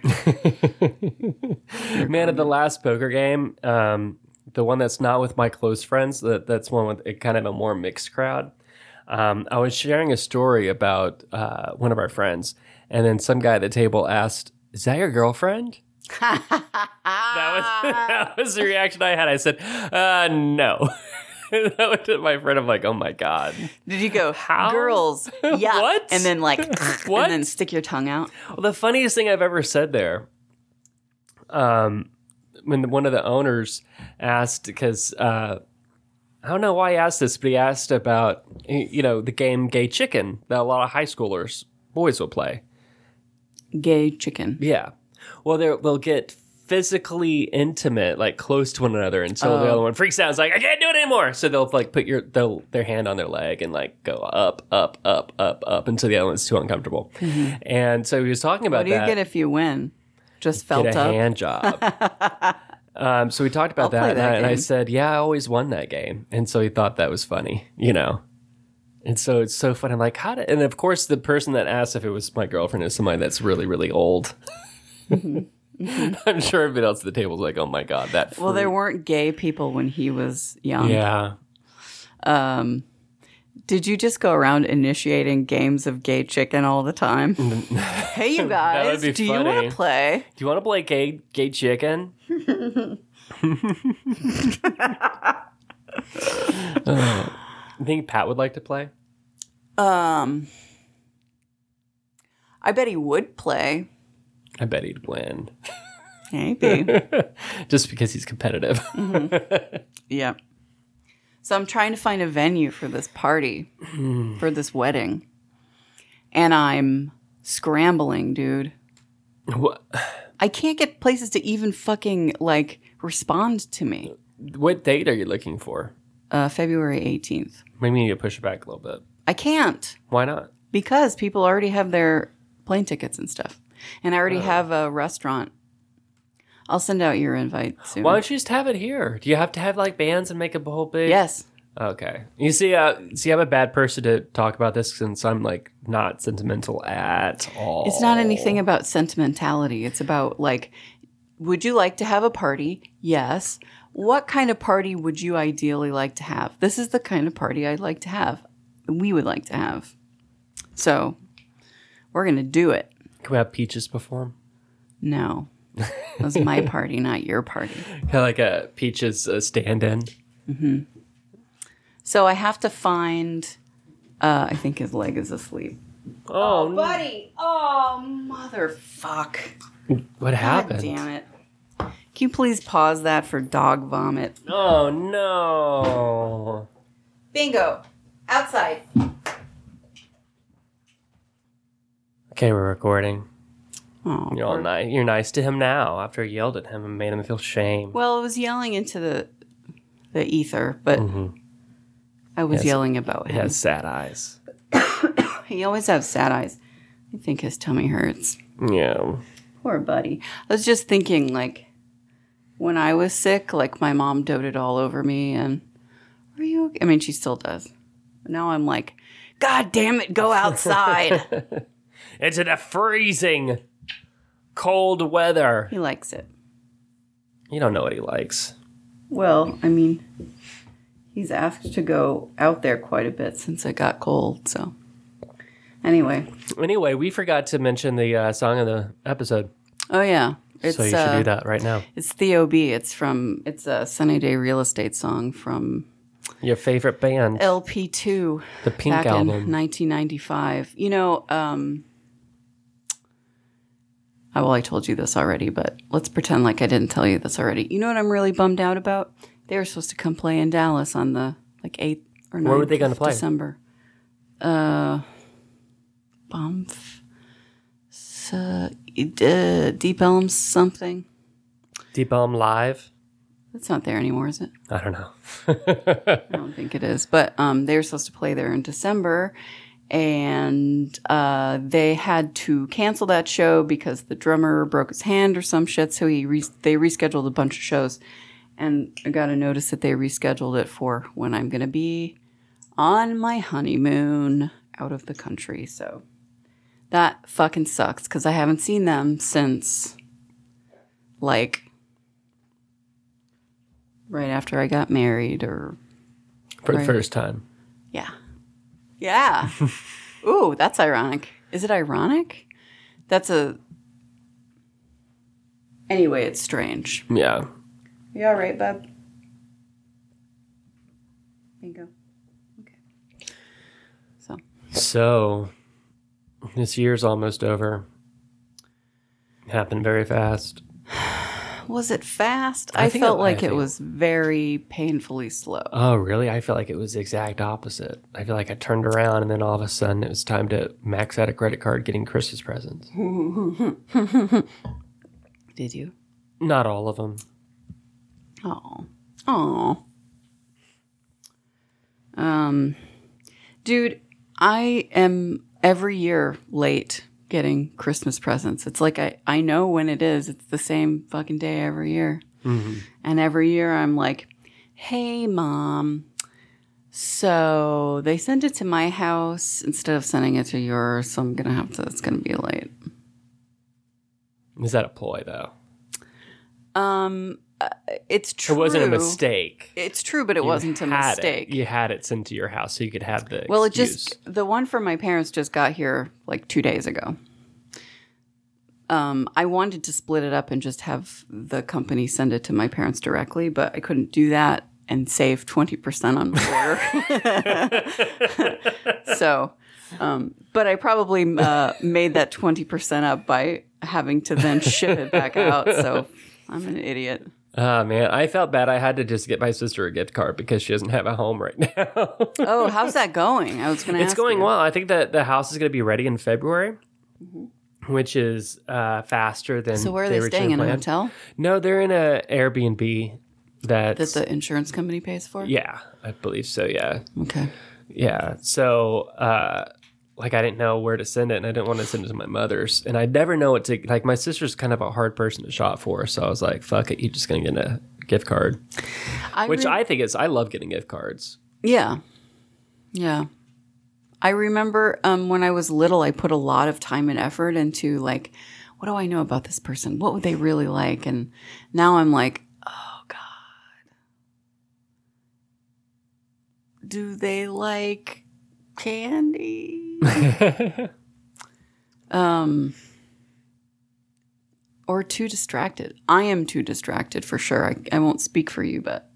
B: Man, at the last poker game, um, the one that's not with my close friends, that that's one with a kind of a more mixed crowd. Um, I was sharing a story about uh, one of our friends, and then some guy at the table asked, "Is that your girlfriend?" That was, that was the reaction I had. I said, uh, no. And I looked at my friend. I'm like, oh my God.
A: Did you go,
B: How?
A: girls? Yeah.
B: What?
A: And then, like,
B: What?
A: and then stick your tongue out.
B: Well, the funniest thing I've ever said there, um, when the, one of the owners asked, because uh, I don't know why he asked this, but he asked about y- you know the game Gay Chicken that a lot of high schoolers boys will play.
A: Gay chicken.
B: Yeah, well they're- they'll get physically intimate, like close to one another, until the
A: Oh.
B: other one freaks out. It's like I can't do it anymore. So they'll like put your they'll, their hand on their leg and like go up, up, up, up, up until the other one's too uncomfortable. And so he was talking about
A: Mm-hmm. What do you
B: that
A: get if you win? Just felt
B: get a
A: up.
B: hand job. um, so we talked about
A: I'll
B: that,
A: play
B: and,
A: that
B: I, and I
A: game.
B: said, "Yeah, I always won that game," and so he thought that was funny, you know. And so it's so fun. I'm like, how did? And of course, the person that asked if it was my girlfriend is somebody that's really, really old. I'm sure everybody else at the table was like, "Oh my god, that."
A: Well, there
B: freak."
A: weren't gay people when he was young. Um,
B: Yeah,
A: Did you just go around initiating games of gay chicken all the time? hey, you guys,
B: would be
A: do you
B: funny.
A: want to play?
B: do you want to play gay gay chicken? Oh. I think Pat would like to play.
A: Um, I bet he would play.
B: I bet he'd win.
A: Maybe.
B: just because he's competitive.
A: yeah. So I'm trying to find a venue for this party,
B: Hmm.
A: for this wedding. And I'm scrambling, dude.
B: what,
A: I can't get places to even fucking like respond to me.
B: what date are you looking for?
A: Uh, February 18th.
B: Maybe you need to push it back a little bit.
A: I can't.
B: Why not?
A: because people already have their plane tickets and stuff. And I already
B: Oh.
A: have a restaurant. I'll send out your invite soon.
B: Why don't you just have it here? Do you have to have like bands and make a whole big?
A: Yes.
B: Okay. You see, uh, see, I'm a bad person to talk about this since I'm like not sentimental at all.
A: It's not anything about sentimentality. It's about like would you like to have a party? Yes. What kind of party would you ideally like to have? This is the kind of party I'd like to have. We would like to have. So, we're going to do it.
B: Can we have peaches perform?
A: No. That was my party, not your party.
B: Kind of like a peaches uh, stand-in.
A: So I have to find. Uh, I think his leg is asleep.
B: Oh, no.
A: Buddy! Oh, motherfuck.
B: what
A: God
B: happened?
A: damn it. Can you please pause that for dog vomit?
B: Oh no.
A: Bingo! Outside.
B: Okay, we're recording.
A: Oh,
B: You're all nice. You're nice to him now after I yelled at him and made him feel shame.
A: well, it was yelling into the the ether, but I was
B: Mm-hmm. Yes.
A: yelling about
B: He
A: him.
B: has sad eyes.
A: He always has sad eyes. I think his tummy hurts.
B: Yeah.
A: Poor buddy. I was just thinking, like, when I was sick, like, my mom doted all over me, and are you okay? I mean, she still does. But now I'm like, God damn it, go outside.
B: Into the freezing cold weather.
A: he likes it.
B: You don't know what he likes.
A: Well, I mean, he's asked to go out there quite a bit since it got cold, so. Anyway,
B: Anyway, we forgot to mention the uh, song of the episode.
A: oh yeah, it's
B: so you should
A: uh,
B: do that right now.
A: it's Theo B. It's from it's a Sunny Day Real Estate song from
B: Your favorite band,
A: LP two.
B: the Pink
A: uh, back in
B: album.
A: 1995. You know, um, I- well, I told you this already, but let's pretend like I didn't tell you this already. You know what I'm really bummed out about? They were supposed to come play in Dallas on the like eighth or 9th
B: Where were they gonna
A: of
B: play?
A: December. Uh, bump. So, uh, Deep Elms something.
B: Deep Elm Live.
A: That's not there anymore, is it?
B: I don't know.
A: I don't think it is, but um, they were supposed to play there in December, and uh, they had to cancel that show because the drummer broke his hand or some shit. So he re- they rescheduled a bunch of shows, and I got a notice that they rescheduled it for when I'm going to be on my honeymoon out of the country. So that fucking sucks because I haven't seen them since like. Right after I got married, or
B: For the
A: Right.
B: first time.
A: yeah. Yeah. Ooh, that's ironic. Is it ironic? That's a Anyway, it's strange.
B: Yeah.
A: You all right, bub? Bingo. Okay. So
B: So this year's almost over. Happened very fast.
A: was it fast?
B: I
A: I,
B: think
A: felt
B: it- I
A: like it
B: think-
A: was very painfully slow.
B: Oh, really? I feel like it was the exact opposite. I feel like I turned around and then all of a sudden it was time to max out a credit card getting Christmas presents.
A: Did you?
B: Not all of them.
A: Oh. Oh. Um dude, I am every year late getting Christmas presents. It's like I I know when it is. It's the same fucking day every year.
B: Mm-hmm.
A: And every year I'm like, "Hey mom, so they sent it to my house instead of sending it to yours, so I'm going to have to it's going to be late."
B: Is that a ploy though?
A: Um uh, it's true.
B: It wasn't a mistake.
A: It's true, but it wasn't a
B: You had it.
A: mistake.
B: You had it sent to your house so you could have the
A: Well, it
B: excuse.
A: just the one from my parents just got here like two days ago. Um, I wanted to split it up and just have the company send it to my parents directly, but I couldn't do that and save twenty percent on my order. so, um, but I probably uh, made that twenty percent up by having to then ship it back out. So I'm an idiot.
B: Oh man, I felt bad. I had to just get my sister a gift card because she doesn't have a home right now.
A: Oh, how's that going? I was going to.
B: it's going well. I think that the house is going to be ready in February, which is uh, faster than.
A: Mm-hmm. So where are they,
B: originally
A: staying in a
B: planned.
A: hotel
B: No, they're in a Airbnb.
A: that
B: That's
A: the insurance company pays for?
B: yeah, I believe so. Yeah,
A: Okay.
B: yeah. So, uh, like, I didn't know where to send it, and I didn't want to send it to my mother's, and I never know what to. Like, my sister's kind of a hard person to shop for, so I was like, "Fuck it, you're just going to get a gift card,"
A: I
B: which
A: re-
B: I think is. I love getting gift cards.
A: yeah yeah I remember um, when I was little I put a lot of time and effort into like what do I know about this person what would they really like and now I'm like oh god do they like candy um or too distracted I am too distracted for sure I, I won't speak for you but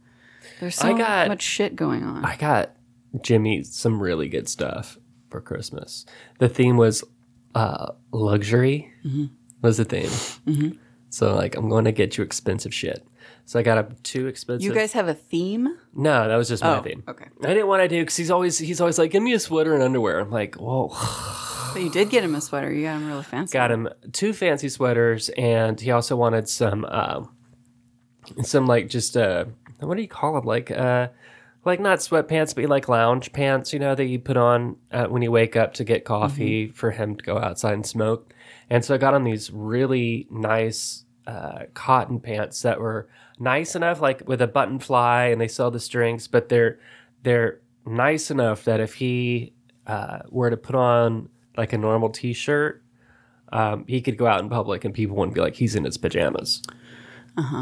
A: there's so
B: I got-
A: much shit going on
B: I got Jimmy some really good stuff for Christmas. The theme was uh, luxury.
A: Mm-hmm.
B: Was the theme. So like, I'm going to get you expensive shit. So I got a two expensive.
A: You guys Oh. have a theme?
B: no, that was just my theme.
A: okay.
B: I didn't want to do because he's always he's always like, give me a sweater and underwear. I'm like, whoa.
A: But you did get him a sweater. You got him really fancy.
B: Got him two fancy sweaters, and he also wanted some um, some like just uh, what do you call them? Like uh, like not sweatpants, but like lounge pants. You know that you put on uh, when you wake up to get coffee for him to go outside and smoke. And so I got him these really nice uh, cotton pants that were nice enough, like with a button fly, and they sell the strings, but they're they're nice enough that if he uh, were to put on like a normal t-shirt um, he could go out in public and people wouldn't be like he's in his pajamas.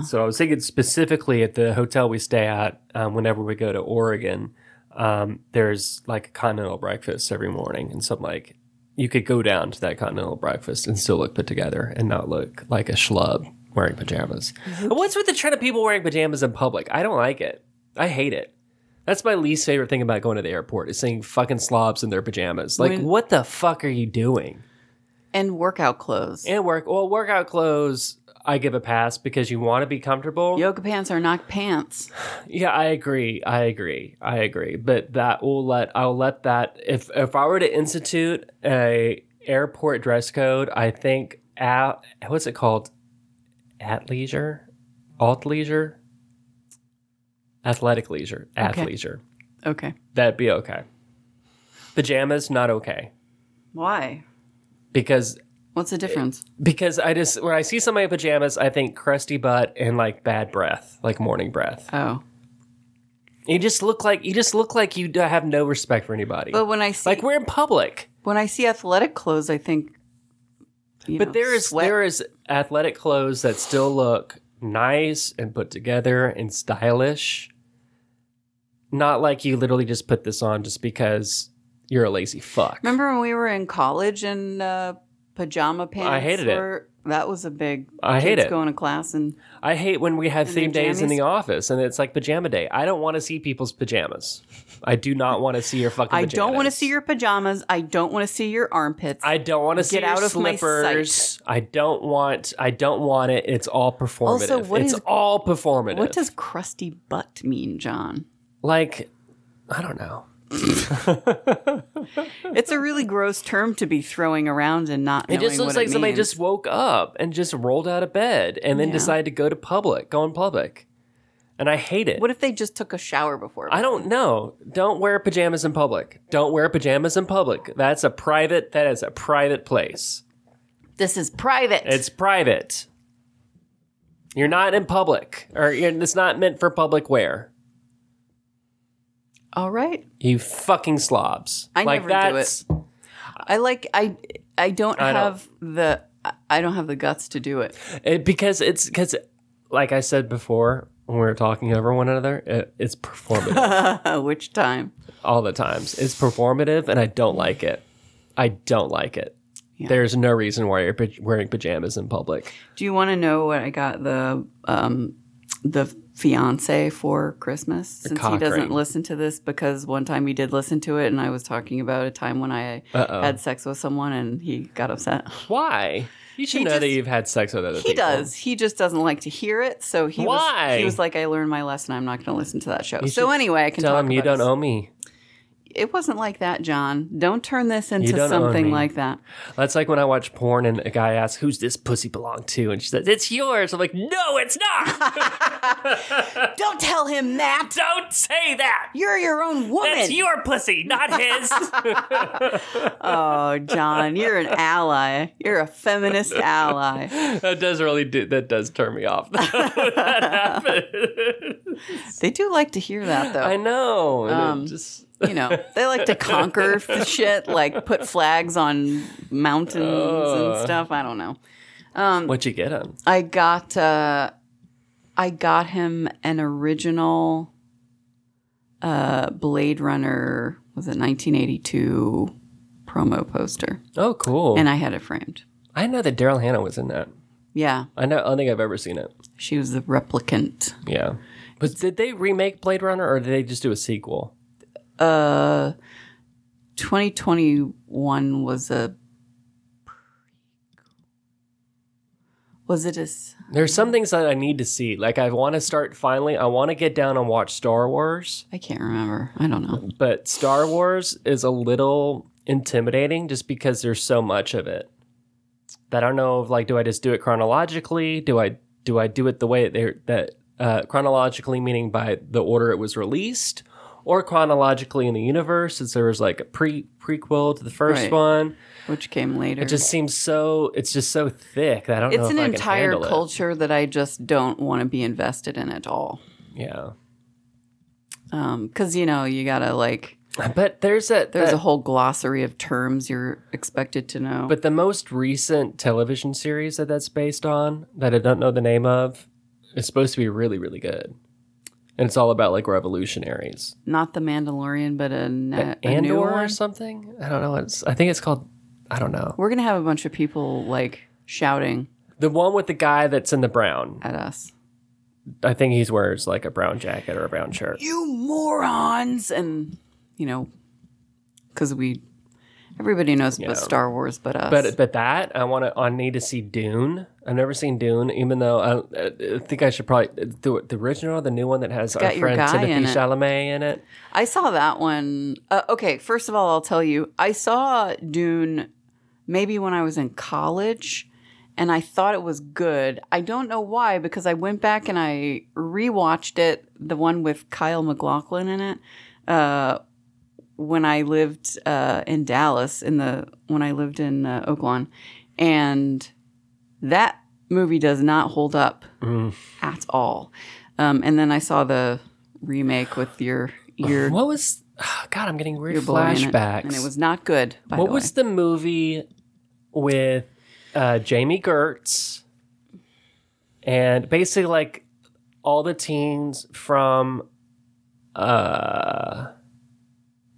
B: So I was thinking specifically at the hotel we stay at. Um, whenever we go to Oregon, um, there's like a continental breakfast every morning, and so I'm like, you could go down to that continental breakfast and still look put together and not look like a schlub wearing pajamas. And What's with the trend of people wearing pajamas in public? I don't like it. I hate it. That's my least favorite thing about going to the airport is seeing fucking slobs in their pajamas. Like,
A: When-
B: what the fuck are you doing?
A: and workout clothes.
B: and work well workout clothes i give a pass because you want to be comfortable
A: Yoga pants are not pants.
B: yeah i agree i agree i agree but that will let i'll let that if if i were to institute a airport dress code i think at what's it called at leisure alt leisure athletic leisure
A: Okay.
B: athleisure
A: Okay.
B: that'd be okay pajamas not okay
A: Why?
B: because
A: What's the difference?
B: because I just when I see somebody in pajamas, I think crusty butt and like bad breath, like morning breath.
A: Oh,
B: You just look like you just look like you d- have no respect for anybody.
A: but when I see
B: like we're in public,
A: when I see athletic clothes, I think. You
B: but
A: know,
B: there is
A: sweat.
B: there is athletic clothes that still look nice and put together and stylish. Not like you literally just put this on just because you're a lazy fuck.
A: Remember when we were in college and uh, pajama pants?
B: I hated it.
A: were That was a big.
B: I hate
A: kids
B: it.
A: Going to class and
B: I hate when we have
A: their
B: theme days in
A: jammies?
B: the office and it's like pajama day. I don't want to see people's pajamas. I do not want to see your fucking
A: I
B: pajamas.
A: don't want to see your pajamas. I don't want to see your armpits.
B: I don't want to see
A: out
B: your
A: of my sight.
B: slippers. I don't want I don't want it. It's all performative.
A: Also, what
B: it's
A: is-
B: all performative.
A: what does crusty butt mean, John?
B: like I don't know.
A: It's a really gross term to be throwing around and not.
B: It just
A: knowing
B: looks
A: what
B: like somebody
A: means.
B: just woke up and just rolled out of bed and then
A: Yeah.
B: decided to go to public, go in public. And I hate it.
A: What if they just took a shower before?
B: I don't know. Don't wear pajamas in public. Don't wear pajamas in public. That's a private that is a private place.
A: this is private.
B: It's private. You're not in public or you're, it's not meant for public wear.
A: all right.
B: You fucking slobs.
A: I
B: like
A: never do
B: that's
A: I like. I I don't
B: I don't-
A: have the. I- I don't have the guts to do it.
B: it, because it's because like I said before when we were talking over one another, it, it's performative.
A: Uh, Which time?
B: all the times. It's performative, and I don't like it. I don't like it.
A: Yeah.
B: There's no reason why you're pa- wearing pajamas in public.
A: Do you want to know what I got the um, the fiance for Christmas? Since he
B: cock
A: doesn't
B: ring.
A: listen to this, because one time he did listen to it, and I was talking about a time when I had sex with someone, and he got upset.
B: Why? You should
A: He
B: know that
A: just-
B: you've had sex with other people.
A: He does. He just doesn't like to hear it. So he
B: Why?
A: was he was like, I learned my lesson. I'm not going to listen to that show.
B: should
A: so anyway, I can
B: Tell
A: talk
B: him you
A: about
B: don't
A: this.
B: owe me.
A: It wasn't like that, John. Don't turn this into
B: don't own
A: something
B: me.
A: like that.
B: That's like when I watch porn and a guy asks, "Who's this pussy belong to?" and she says, "It's yours." I'm like, "No, it's not.
A: Don't tell him that.
B: don't say that.
A: You're your own woman.
B: It's your pussy, not his."
A: Oh, John, you're an ally. You're a feminist ally.
B: that does really do. That does turn me off. that happened.
A: They do like to hear that,
B: I
A: though.
B: know. and it
A: Um,
B: just
A: You know, they like to conquer f- shit, like put flags on mountains
B: Oh.
A: and stuff. I don't know. um,
B: what you get on.
A: I got uh, I got him an original uh, Blade Runner was it 1982 promo poster,
B: Oh, cool.
A: and I had it framed.
B: I know that Daryl Hannah was in that.
A: Yeah,
B: I know. I don't think I've ever seen it.
A: she was the replicant.
B: Yeah. But did they remake Blade Runner or did they just do a sequel?
A: 2021 Uh, was a was it a s-
B: There's some things that I need to see. Like I want to start finally. I want to get down and watch Star Wars,
A: I can't remember. I don't know.
B: but Star Wars is a little intimidating just because there's so much of it. That I don't know. If, like, do I just do it chronologically? Do I do I do it the way they that uh, chronologically meaning by the order it was released, or chronologically in the universe since there was like a pre prequel to the first
A: Right.
B: one.
A: Which came later.
B: It just seems so. It's just so thick that I don't know. if
A: it's an
B: I can
A: entire
B: handle it.
A: culture that I just don't want to be invested in at all.
B: Yeah,
A: because Um, you know you gotta like
B: but there's a
A: there's
B: that-
A: a whole glossary of terms you're expected to know
B: But the most recent television series that that's based on, that I don't know the name of, is supposed to be really, really good. And it's all about like revolutionaries.
A: not the mandalorian but a, na- a
B: Andor
A: new
B: or
A: one
B: something? I don't know. what It's I think it's called I don't know.
A: we're gonna have a bunch of people like shouting
B: The one with the guy that's in the brown.
A: at us
B: I think he's wears like a brown jacket or a brown shirt.
A: you morons and you know because we everybody knows about star wars but us
B: But but that I want to. I need to see Dune. I've never seen Dune, even though I, I think I should probably the, the original, the new one that has our
A: got your
B: friend
A: guy
B: Timothy
A: in it.
B: Chalamet in it.
A: i saw that one uh, okay first of all i'll tell you i saw dune maybe when I was in college and I thought it was good. I don't know why because I went back and I rewatched it, the one with Kyle McLaughlin in it, uh, when I lived uh, in Dallas in the when I lived in uh, Oakland, and that movie does not hold up
B: Mm-hmm.
A: at all. Um, and then I saw the remake with your your
B: What was? God, I'm getting weird
A: your boy in it,
B: flashbacks.
A: and it was not good. By
B: what
A: the way.
B: was the movie with uh, Jamie Gertz and basically like all the teens from uh,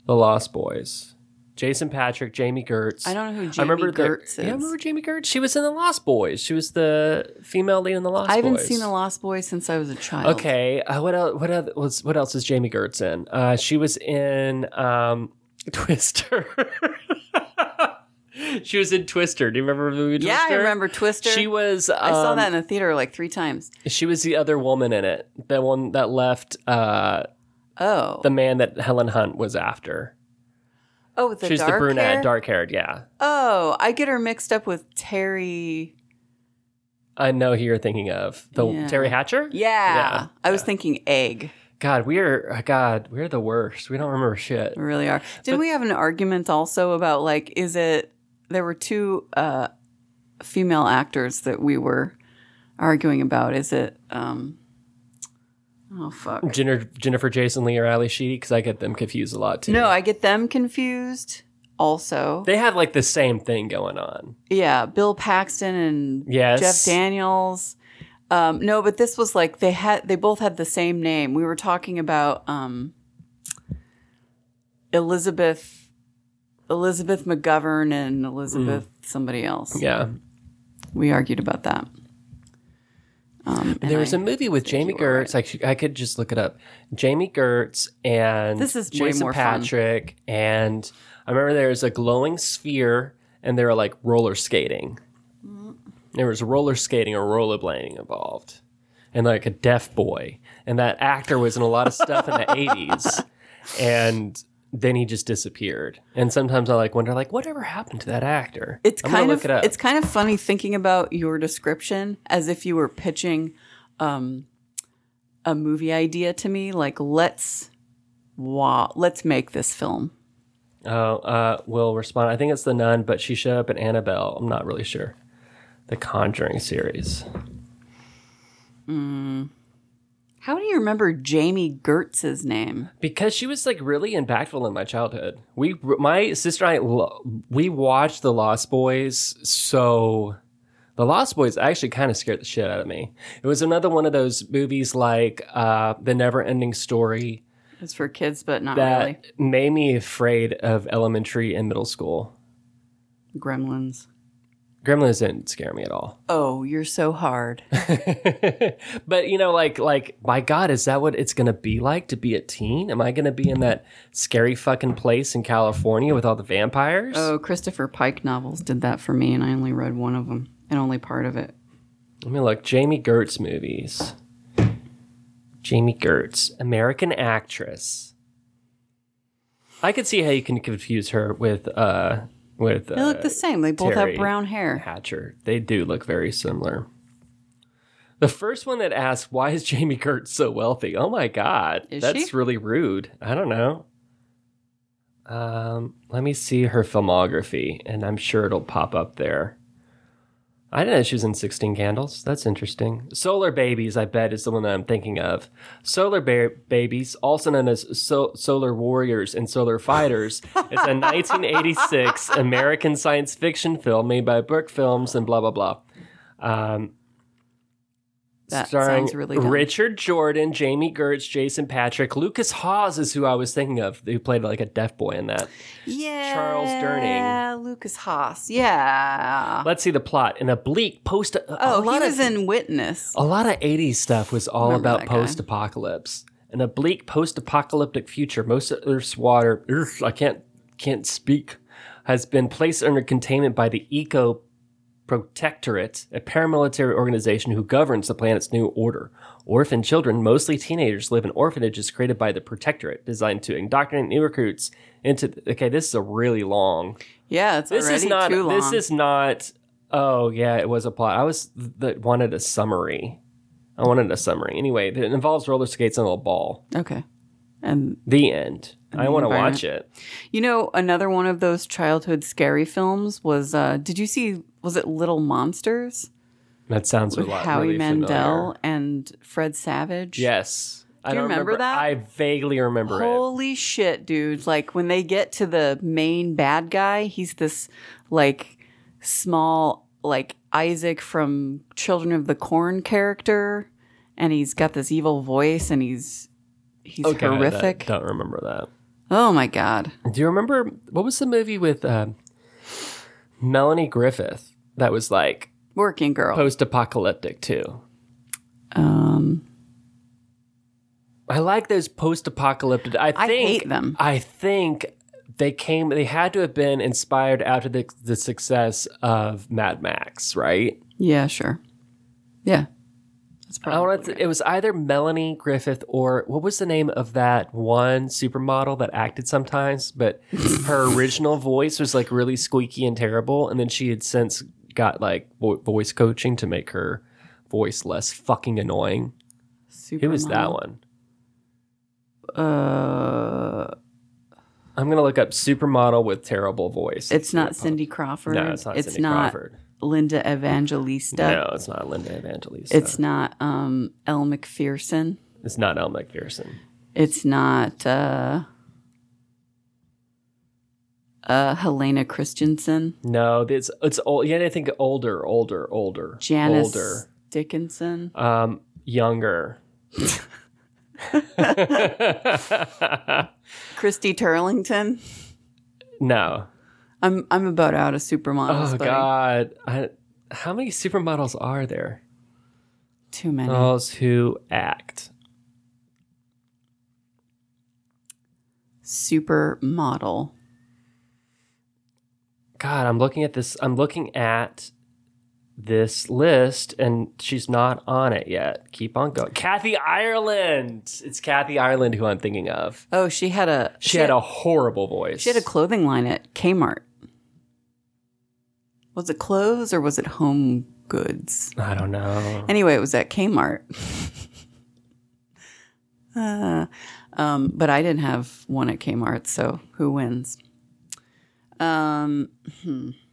B: the Lost Boys? Jason Patrick, Jamie Gertz.
A: I don't know who Jamie
B: I remember the-
A: Gertz
B: Yeah, I
A: is.
B: remember Jamie Gertz. She was in the Lost Boys. She was the female lead in the Lost Boys.
A: I haven't seen The Lost Boy since I was a child.
B: Okay. Uh, what else? What else? Was, what else is Jamie Gertz in? Uh, she was in um, Twister. she was in Twister. Do you remember the movie?
A: Yeah, I
B: Twister?
A: remember Twister.
B: She was. Um,
A: I saw that in the theater like three times.
B: She was the other woman in it. The one that left uh,
A: Oh,
B: the man that Helen Hunt was after.
A: oh, with the
B: she was
A: dark
B: the brunette,
A: hair?
B: dark haired. Yeah.
A: Oh, I get her mixed up with Terry.
B: I know who you're thinking of. The
A: Yeah.
B: Terry Hatcher?
A: Yeah, I was thinking egg.
B: God, we are God, we're the worst. We don't remember shit.
A: We really are. Didn't we have an argument also about like, is it? There were two uh, female actors that we were arguing about. Is it? Um, oh fuck.
B: Jennifer, Jennifer Jason Lee or Ali Sheedy because I get them confused a lot too.
A: No, I get them confused. Also,
B: they have like the same thing going on.
A: yeah, Bill Paxton and
B: Yes,
A: Jeff Daniels. Um, no, but this was like they had they both had the same name. We were talking about um, Elizabeth Elizabeth McGovern and Elizabeth somebody else.
B: Mm. Yeah,
A: We argued about that. Um, and
B: there was
A: I-
B: a movie with Jamie Gertz. I, should- I could just look it up. Jamie Gertz and
A: This is way
B: Jason
A: more fun.
B: Patrick and I remember there was a glowing sphere and they were like roller skating. There was roller skating or rollerblading involved, and like a deaf boy, and that actor was in a lot of stuff in the eighties, and then he just disappeared. And sometimes I like wonder like whatever happened to that actor.
A: it's
B: I'm gonna
A: kind
B: look
A: of
B: it up.
A: it's kind of funny thinking about your description as if you were pitching um, a movie idea to me. Like let's wa- let's make this film.
B: Oh, uh, will respond. I think it's the nun, but she showed up in Annabelle. I'm not really sure. The Conjuring series.
A: How do you remember Jamie Gertz's name?
B: Because she was like really impactful in my childhood. We, my sister and I, lo- we watched The Lost Boys. So, The Lost Boys actually kind of scared the shit out of me. It was another one of those movies like uh, The Never Ending Story
A: It's for kids, but not
B: that
A: Oh, really.
B: made me afraid of elementary and middle school.
A: Gremlins.
B: Gremlins didn't scare me at all.
A: Oh, you're so hard.
B: but you know like like my god is that what it's gonna be like to be a teen am i gonna be in that scary fucking place in california with all the vampires
A: oh, Christopher Pike novels did that for me, and I only read one of them and only part of it.
B: let me look jamie gertz movies jamie gertz american actress i could see how you can confuse her with uh with
A: They
B: uh,
A: look the same. They both
B: Terry.
A: have brown hair.
B: hatcher they do look very similar the first one that asked why is jamie gertz so wealthy oh my god
A: Is
B: that's
A: she?
B: really rude i don't know um, let me see her filmography and i'm sure it'll pop up there i didn't know she was in 16 candles that's interesting solar babies i bet is the one that i'm thinking of solar ba- babies also known as so- solar warriors and solar fighters is a 1986 american science fiction film made by Burke films and blah blah blah um,
A: That
B: starring
A: sounds really dumb.
B: Richard Jordan, Jamie Gertz, Jason Patrick, Lucas Hawes is who I was thinking of, who played like a deaf boy in that.
A: Yeah.
B: Charles Durning.
A: Yeah, Lucas Haas. Yeah.
B: Let's see the plot. In a bleak post, a- a
A: Ah. Oh,
B: lot
A: he
B: of
A: was in Witness.
B: a lot of '80s stuff was all
A: Remember
B: about
A: that guy.
B: post-apocalypse. In a bleak post-apocalyptic future, most of Earth's water, Earth, I can't can't speak, has been placed under containment by the Eco Protectorate, a paramilitary organization who governs the planet's new order. Orphan children, mostly teenagers, live in orphanages created by the Protectorate, designed to indoctrinate new recruits into. The, okay, this is a really long.
A: Yeah, it's
B: This
A: already
B: is not.
A: too long.
B: This is not. Oh yeah, it was a plot. I was that wanted a summary. I wanted a summary. Anyway, it involves roller skates and a little ball.
A: okay. And
B: The end. I
A: the
B: want to
A: environment.
B: watch it.
A: you know, another one of those childhood scary films was uh did you see was it Little Monsters?
B: That sounds
A: with
B: a lot.
A: Howie
B: really
A: Mandel
B: familiar.
A: and Fred Savage.
B: Yes. I
A: Do you
B: don't
A: remember that?
B: I vaguely remember it.
A: Holy shit, dude. Like when they get to the main bad guy, he's this like small like Isaac from Children of the Corn character and he's got this evil voice and he's he's
B: Okay, I
A: horrific.
B: don't remember that.
A: Oh my god.
B: Do you remember what was the movie with um Melanie Griffith that was like
A: Working girl.
B: post apocalyptic too?
A: um
B: I like those post apocalyptic. I think
A: I hate them.
B: I think they came. They had to have been inspired after the the success of Mad Max, right?
A: yeah, sure. Yeah. That's
B: I
A: probably
B: wanted to, it was either Melanie Griffith or what was the name of that one supermodel that acted sometimes, but her original voice was like really squeaky and terrible, and then she had since got like vo- voice coaching to make her voice less fucking annoying. Who was that
A: Uh-huh.
B: one?
A: Uh
B: I'm gonna look up supermodel with terrible voice.
A: it's not Cindy Crawford.
B: No, it's not Cindy
A: not
B: Crawford.
A: Linda Evangelista.
B: No, it's not Linda Evangelista.
A: It's not um Elle McPherson.
B: it's not Elle McPherson.
A: It's not uh uh Helena Christensen.
B: No, it's it's old. You gotta think older, older, older,
A: Janice
B: older.
A: Dickinson.
B: Um, younger.
A: Christy Turlington.
B: no.
A: I'm I'm about out of supermodels.
B: Oh
A: buddy.
B: God. I, how many supermodels are there?
A: Too many.
B: Models who act.
A: Supermodel.
B: God, I'm looking at this. I'm looking at this list, and she's not on it yet. Keep on going. Kathy Ireland. It's Kathy Ireland who I'm thinking of.
A: Oh, she had a
B: She, had, a horrible voice.
A: she had a clothing line at Kmart. Was it clothes or was it home goods?
B: I don't know.
A: Anyway, it was at Kmart. Uh, um, but I didn't have one at Kmart, so who wins? Um,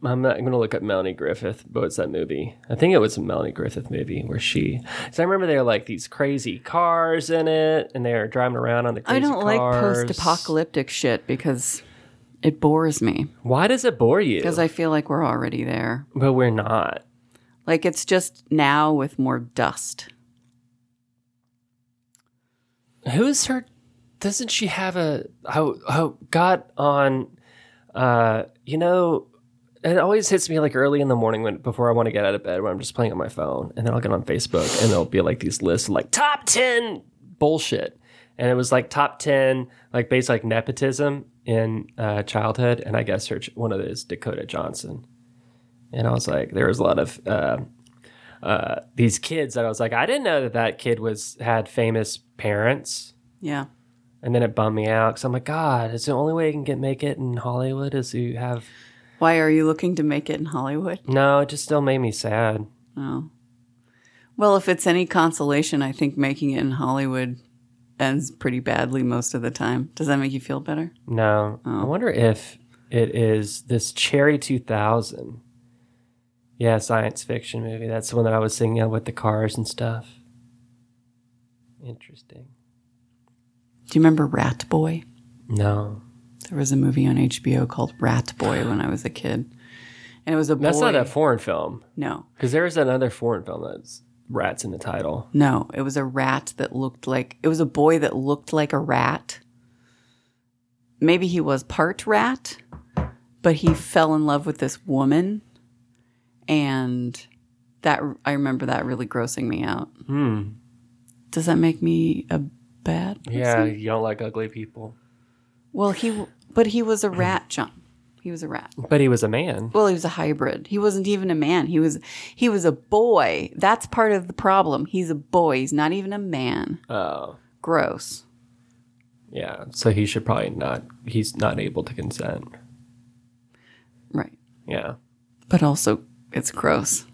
B: I'm not I'm gonna look up Melanie Griffith. But what's that movie? I think it was a Melanie Griffith movie where she. So I remember there were like these crazy cars in it, and they're driving around on the. Crazy
A: I don't like
B: cars.
A: post-apocalyptic shit because it bores me.
B: Why does it bore you?
A: Because I feel like we're already there.
B: but we're not.
A: Like it's just now with more dust.
B: Who's her? Doesn't she have a? Oh, oh, got on. Uh, you know, it always hits me like early in the morning when before I want to get out of bed, when I'm just playing on my phone, and then I'll get on Facebook, and there'll be like these lists of, like top ten bullshit, and it was like top ten like based like nepotism in uh, childhood, and I guess her ch- one of those Dakota Johnson, and I was like, there was a lot of. Uh, uh, these kids that I was like, I didn't know that that kid was had famous parents.
A: Yeah.
B: And then it bummed me out because I'm like, God, it's the only way you can get make it in Hollywood is you have.
A: Why are you looking to make it in Hollywood?
B: No, it just still made me sad.
A: Oh. Well, if it's any consolation, I think making it in Hollywood ends pretty badly most of the time. Does that make you feel better?
B: No, I wonder if it is this Cherry 2000. Yeah, science fiction movie. That's the one that I was singing out with the cars and stuff. Interesting.
A: Do you remember Rat Boy?
B: No,
A: There was a movie on HBO called Rat Boy when I was a kid. And it was a boy.
B: that's not a foreign film
A: no.
B: because there is another foreign film that's rats in the title.
A: No, it was a rat that looked like it was a boy that looked like a rat. Maybe he was part rat, but he fell in love with this woman and that I remember that really grossing me out.
B: Hmm.
A: Does that make me a bad person?
B: Yeah, you don't like ugly people.
A: Well, he but he was a rat, John. He was a rat.
B: But he was a man.
A: Well, he was a hybrid. He wasn't even a man. He was he was a boy. That's part of the problem. He's a boy. He's not even a man.
B: Oh.
A: Gross.
B: Yeah, so he should probably not. He's not able to consent.
A: Right.
B: Yeah.
A: but also it's gross.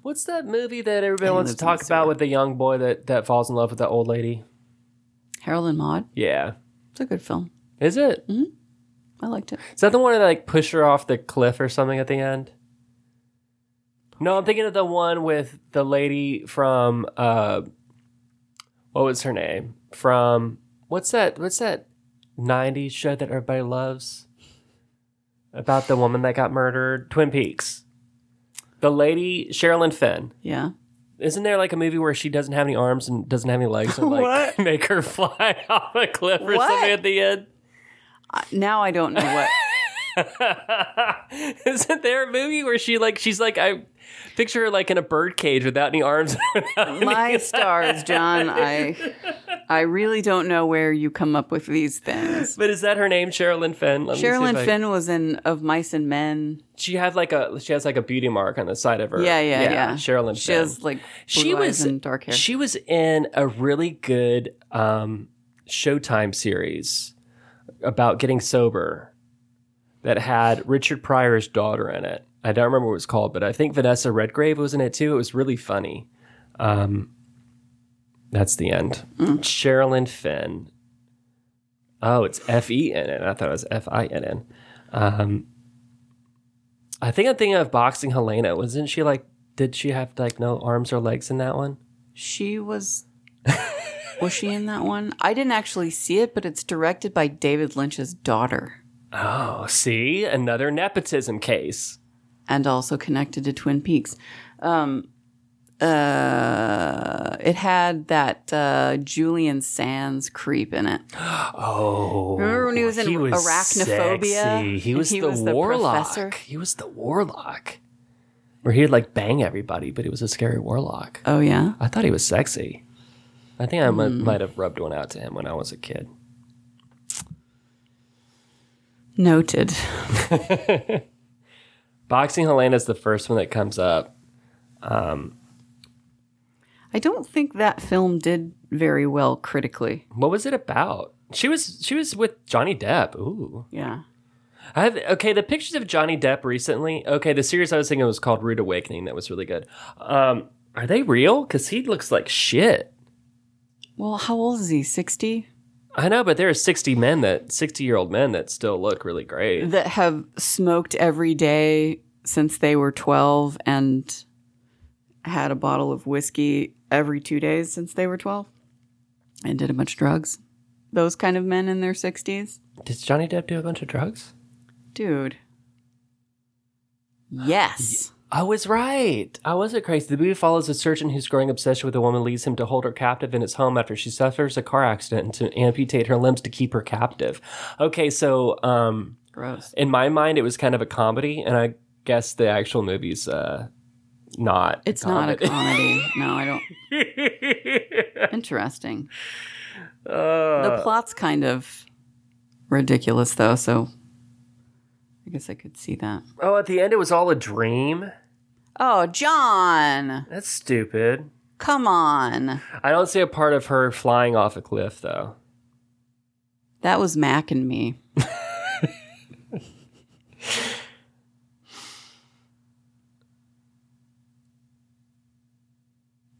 B: What's that movie that everybody wants to
A: lives in the
B: talk about with the young boy that that falls in love with the old lady?
A: Harold and Maude,
B: Yeah.
A: it's a good film.
B: Is it?
A: I liked it.
B: Is that the one that like push her off the cliff or something at the end? No, I'm thinking of the one with the lady from uh, what was her name? From what's that? What's that '90s show that everybody loves about the woman that got murdered? Twin Peaks. The lady Sherilyn Finn.
A: Yeah.
B: Isn't there like a movie where she doesn't have any arms and doesn't have any legs and like
A: What?
B: make her fly off a cliff or
A: What?
B: something at the end?
A: I- Now I don't know what.
B: Isn't there a movie where she like she's like I picture her like in a bird cage without any arms?
A: My stars, John. I I really don't know where you come up with these things.
B: but is that her name, Sherilyn Finn? Let me see if
A: Sherilyn
B: I-
A: Finn was in Of Mice and Men.
B: She had like a she has like a beauty mark on the side of her.
A: Yeah, yeah, yeah.
B: Sherilyn
A: She
B: Finn.
A: has like
B: she
A: blue eyes
B: was
A: and dark hair.
B: She was in a really good um, Showtime series about getting sober that had Richard Pryor's daughter in it. I don't remember what it was called, but I think Vanessa Redgrave was in it too. It was really funny. Um, that's the end. Sherilyn Finn. Oh, it's F E N N. I thought it was F I N N. Um, I think I'm thinking of boxing Helena. Wasn't she like? Did she have like no arms or legs in that one?
A: She was. was she in that one? I didn't actually see it, but it's directed by David Lynch's daughter
B: Oh, see, another nepotism case.
A: and also connected to Twin Peaks. Um, uh, it had that uh, Julian Sands creep in it.
B: Oh,
A: Remember when he was in Arachnophobia?
B: sexy. He
A: And
B: was
A: he
B: the
A: was the
B: warlock.
A: professor?
B: he was the warlock, where he'd like bang everybody, but he was a scary warlock.
A: Oh yeah,
B: I thought he was sexy. I think I might,
A: Hmm.
B: might have rubbed one out to him when I was a kid.
A: noted.
B: Boxing Helena is the first one that comes up.
A: I don't think that film did very well critically.
B: What was it about? She was she was with Johnny Depp. Ooh.
A: Yeah.
B: I have okay. The pictures of Johnny Depp recently. Okay, the series I was thinking was called Rude Awakening. That was really good. Um, are they real? Because he looks like shit.
A: Well, how old is he? Sixty.
B: I know, but there are sixty men that sixty year old men that still look really great.
A: that have smoked every day since they were 12 and had a bottle of whiskey every two days since they were 12 and did a bunch of drugs. Those kind of men in their 60s.
B: Does Johnny Depp do a bunch of drugs?
A: Dude. Yes.
B: I was right. I wasn't crazy. The movie follows a surgeon whose growing obsession with a woman leads him to hold her captive in his home after she suffers a car accident and to amputate her limbs to keep her captive. Okay, so um,
A: Gross.
B: in my mind it was kind of a comedy and i guess the actual movie's uh not
A: It's not a comedy. No, I don't. Interesting.
B: Uh.
A: the plot's kind of ridiculous, though, so I guess I could see that.
B: oh at the end it was all a dream
A: Oh, John.
B: that's stupid
A: Come on.
B: i don't see a part of her flying off a cliff though
A: That was Mac and me.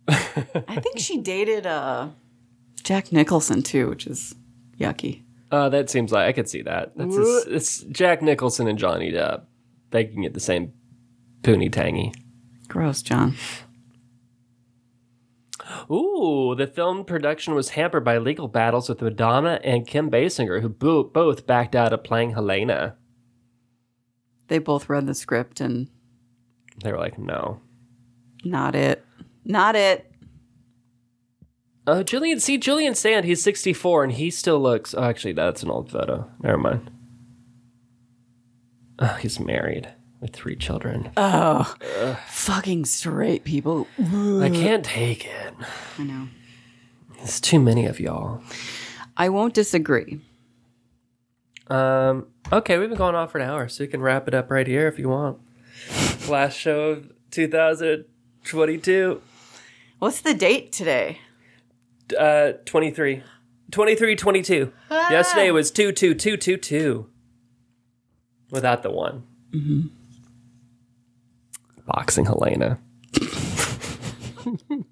A: I think she dated uh, Jack Nicholson too, which is yucky.
B: uh that seems like i could see that that's just- it's jack nicholson and johnny depp they can get the same poony tangy
A: Gross, John.
B: Ooh, the film production was hampered by legal battles with Madonna and Kim Basinger, who bo- both backed out of playing Helena.
A: They both read the script and
B: They were like, no,
A: not it. Not it.
B: Oh, Julian, see Julian Sand, he's 64 and he still looks. Oh, actually, that's an old photo. Never mind. Oh, he's married with three children.
A: Oh, fucking straight people.
B: I can't take it.
A: I know.
B: It's too many of y'all.
A: I won't disagree.
B: Um, okay, we've been going on for an hour, so you can wrap it up right here if you want. Last show of 2022,
A: What's the date today?
B: uh, 23. 23, 22. Yesterday was 2 2 2 2 2. Without the one.
A: Mm-hmm.
B: Boxing Helena.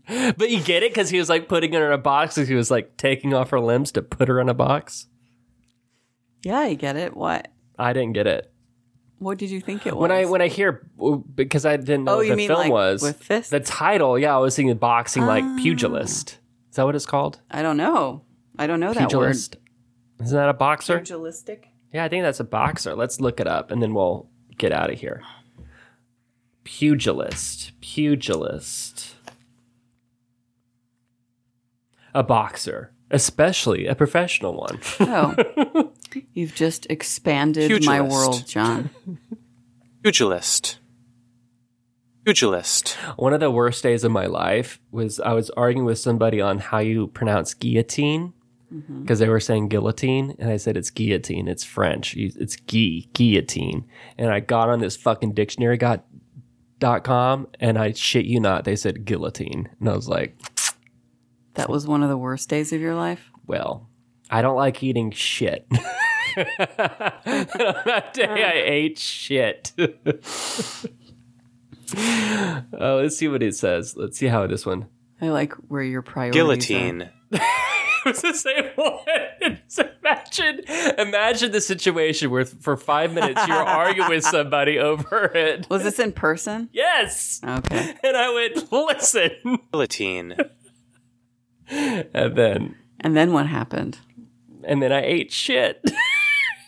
B: but you get it? Because he was like putting her in a box. 'cause He was like taking off her limbs to put her in a box.
A: Yeah, I get it. What?
B: I didn't get it.
A: What did you think it was?
B: When I when I hear because I didn't know
A: Oh,
B: what
A: you
B: the
A: mean,
B: film
A: like,
B: was
A: with fists? Ah.
B: the title yeah I was thinking boxing like pugilist is that what it's called
A: I don't know. I don't know that word.
B: pugilist isn't that a boxer
A: Pugilistic.
B: Yeah, I think that's a boxer. Let's look it up and then we'll get out of here. Pugilist. Pugilist. A boxer, especially a professional one.
A: Oh. You've just expanded
C: Huge
A: my
C: list.
A: world, John.
C: Pugilist. Pugilist.
B: One of the worst days of my life was I was arguing with somebody on how you pronounce guillotine because they were saying guillotine, and I said it's guillotine. It's French. You- It's gui guillotine. And I got on this fucking dictionary got dot com, and I shit you not, they said guillotine, and I was like,
A: That was one of the worst days of your life.
B: well, I don't like eating shit. On that day, I ate shit. uh, let's see what it says. Let's see how this one.
A: I like where your priorities Are.
C: Guillotine.
B: It was the same one. Just imagine, imagine the situation where for five minutes you're arguing with somebody over it.
A: Was this in person?
B: Yes,
A: Okay.
B: and I went listen,
C: Guillotine.
B: and then
A: And then what happened?
B: and then I ate shit,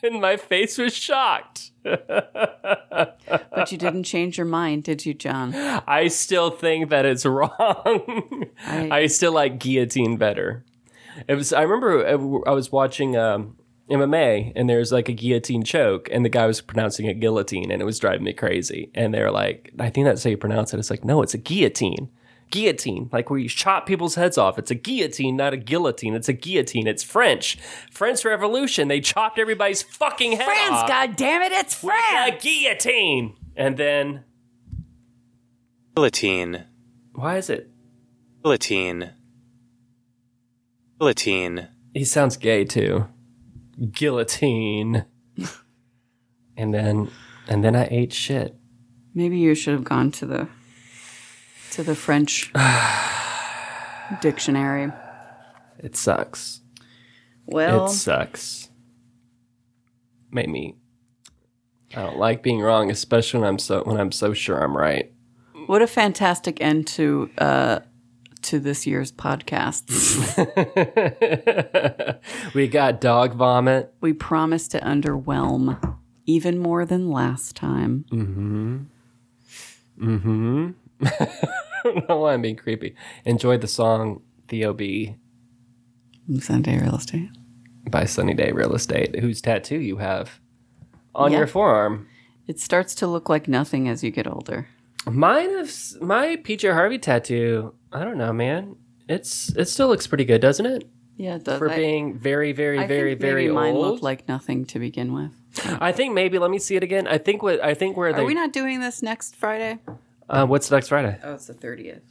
B: and my face was shocked.
A: But you didn't change your mind, did you, John?
B: I still think that it's wrong. I,
A: I-
B: still like guillotine better. It was. I remember uh, I- I was watching um, MMA, and there's like a guillotine choke, and the guy was pronouncing it guillotine, and it was driving me crazy. And they're like, "I think that's how you pronounce it." It's like, no, it's a guillotine. Guillotine, like where you chop people's heads off. It's a guillotine, not a guillotine. It's a guillotine. It's French. French Revolution. They chopped everybody's fucking head
A: France,
B: off.
A: God damn it, it's
B: with
A: France.
B: a guillotine. And then
C: Guillotine.
B: why is it
C: Guillotine. Guillotine.
B: He sounds gay too. Guillotine. and then and then I ate shit.
A: Maybe you should have gone to the to the French dictionary.
B: It sucks.
A: Well,
B: It sucks. Made me I don't like being wrong, especially when I'm so when I'm so sure I'm right.
A: what a fantastic end to uh, to this year's podcast.
B: We got dog vomit.
A: we promise to underwhelm even more than last time.
B: I don't know why I'm being creepy. Enjoy the song Theo B Mm.
A: Sunday real estate.
B: by Sunny Day Real Estate, whose tattoo you have on
A: Yeah.
B: your forearm.
A: It starts to look like nothing as you get older.
B: Mine of s- my PJ Harvey tattoo. I don't know, man. It's it still looks pretty good, doesn't it?
A: Yeah, it does.
B: For
A: Uh, I-
B: being very, very,
A: I
B: very,
A: think
B: very
A: maybe mine
B: old.
A: looked like nothing to begin with.
B: I think maybe. Let me see it again. I think what I think where
A: Are
B: they.
A: we not doing this next Friday?
B: uh, what's next Friday?
A: Oh, it's the thirtieth.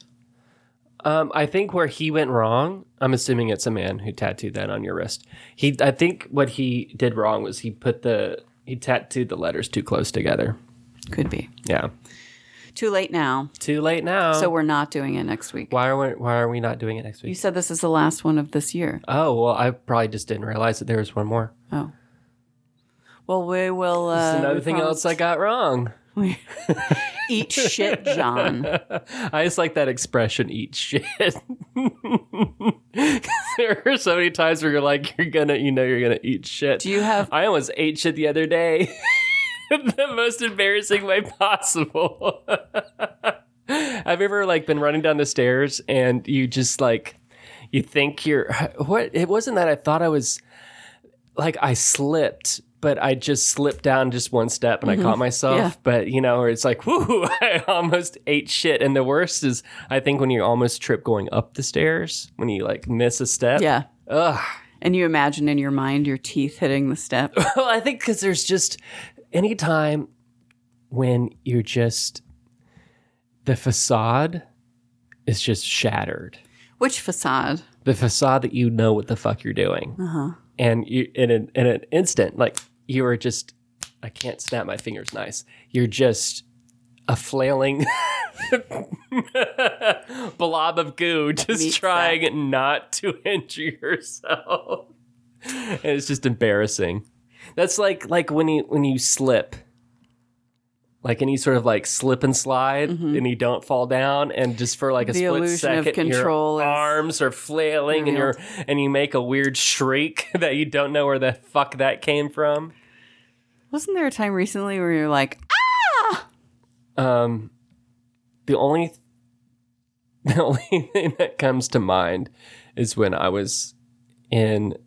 B: Um, I think where he went wrong. I'm assuming it's a man who tattooed that on your wrist. He. I think what he did wrong was he put the he tattooed the letters too close together.
A: Could be
B: Yeah.
A: too late now,
B: Too late now.
A: so we're not doing it next week.
B: Oh. why are we, why are we not doing it next
A: You
B: week?
A: said this is the last one of this year.
B: Oh well, I probably just didn't realize that there was one more.
A: Oh, well, we will. Uh,
B: That's another
A: we
B: thing
A: promised-
B: else I got wrong.
A: eat shit, John.
B: I just like that expression, eat shit. 'Cause there are so many times where you're like, you're gonna, you know, you're gonna eat shit.
A: Do you have?
B: I almost ate shit the other day. the most embarrassing way possible. Have you ever like been running down the stairs and you just like you think you're what it wasn't that I thought I was like I slipped, but I just slipped down just one step and I caught myself.
A: Yeah.
B: But you know, or it's like, whoo, I almost ate shit. And the worst is I think when you almost trip going up the stairs, when you like miss a step.
A: Yeah,
B: Ugh.
A: and you imagine in your mind your teeth hitting the step.
B: Well, I think because there's just any time when you're just the facade is just shattered.
A: Which facade?
B: The facade that you know what the fuck you're doing,
A: Uh-huh.
B: and you in an in an instant, like you are just. I can't snap my fingers. Nice. You're just a flailing blob of goo, just
A: Meat sack.
B: trying not to injure yourself. and it's just embarrassing. That's like like when you when you slip, like any sort of like slip and slide, and you don't fall down, and just for like a
A: Mm-hmm. The
B: split
A: illusion of
B: second,
A: control
B: your
A: is
B: arms are flailing,
A: Mm-hmm.
B: and you're and you make a weird shriek that you don't know where the fuck that came from.
A: Wasn't there a time recently where you're like,
B: Um, the only the only thing that comes to mind is when I was in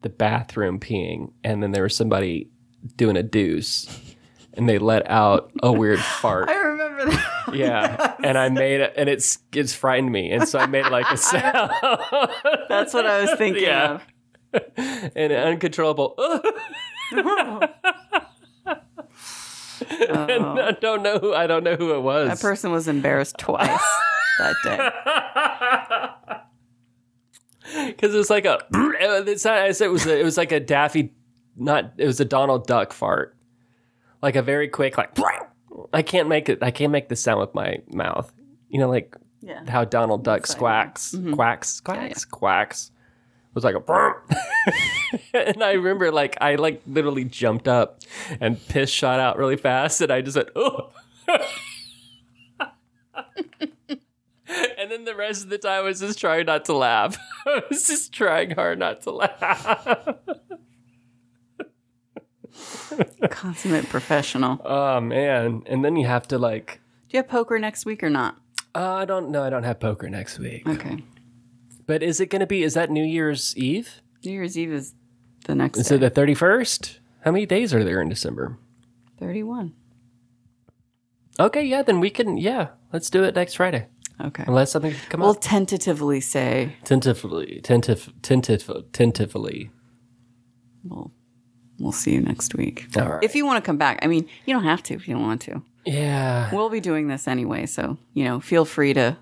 B: the bathroom peeing, and then there was somebody doing a deuce, and they let out a weird fart.
A: I remember that.
B: yeah, and I made it, and it's it's frightened me, and so I made like a sound,
A: That's what I was thinking
B: Yeah.
A: of.
B: an uncontrollable. and I don't know. Who, I don't know who it was.
A: That person was embarrassed twice that day.
B: because it was like a it's not, it's- it was a, it was like a Daffy not it was a Donald Duck fart like a very quick like I can't make it I can't make the sound with my mouth you know like
A: Yeah.
B: how Donald Duck squacks quacks quacks quacks it was like a and I remember like I like literally jumped up and piss shot out really fast and I just went oh And then the rest of the time, I was just trying not to laugh. I was just trying hard not to laugh.
A: Consummate professional. Do
B: Oh man! And then you have to like,
A: you have poker next week or not?
B: uh, I don't know. I don't have poker next week.
A: Okay.
B: But is it going to be? Is that New Year's Eve?
A: New Year's Eve is the next
B: Is it
A: day.
B: the thirty first? How many days are there in December?
A: 31.
B: Okay, yeah. Then we can. Yeah, let's do it next Friday.
A: Okay.
B: Unless something should come
A: We'll
B: up
A: tentatively say
B: tentatively, tentative, tentative, tentatively.
A: we'll we'll see you next week.
B: All right.
A: If you want to come back, I mean, you don't have to if you don't want to.
B: yeah.
A: We'll be doing this anyway, so you know, feel free to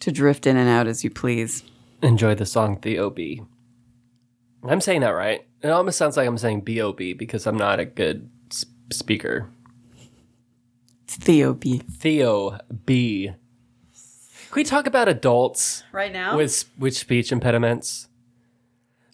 A: to drift in and out as you please.
B: Enjoy the song "The O.B." I'm saying that right. It almost sounds like I'm saying "B.O.B." because I'm not a good s- speaker.
A: It's Theo B.
B: Theo B. Can we talk about adults
A: Right now?
B: with with speech impediments?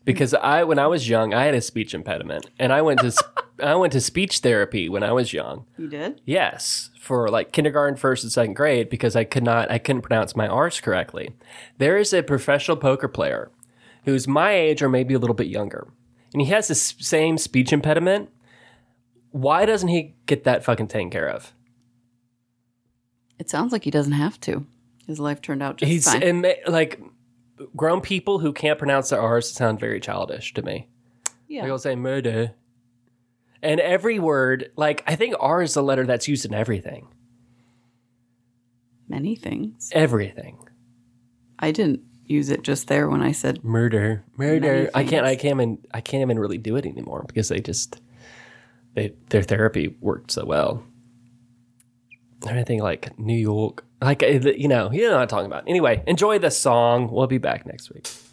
B: Because I, when I was young, I had a speech impediment, and I went to s- I went to speech therapy when I was young.
A: you did?
B: Yes, for like kindergarten, first and second grade, because I could not I couldn't pronounce my R's correctly. There is a professional poker player who's my age or maybe a little bit younger, and he has the s- same speech impediment. Why doesn't he get that fucking taken care of?
A: It sounds like he doesn't have to. His life turned out just
B: He's
A: fine.
B: and they- like grown people who can't pronounce their R's sound very childish to me.
A: yeah.
B: Like I'll say murder, and every word like I think R is the letter that's used in everything.
A: Many things.
B: Everything.
A: I didn't use it just there when I said
B: Murder,
A: Many
B: murder. I can't. I
A: things.
B: can't even. I can't even really do it anymore because they just they their therapy worked so well. Or anything like eh, New York, like uh, you know, you know what I'm talking about. Anyway, enjoy the song. We'll be back next week.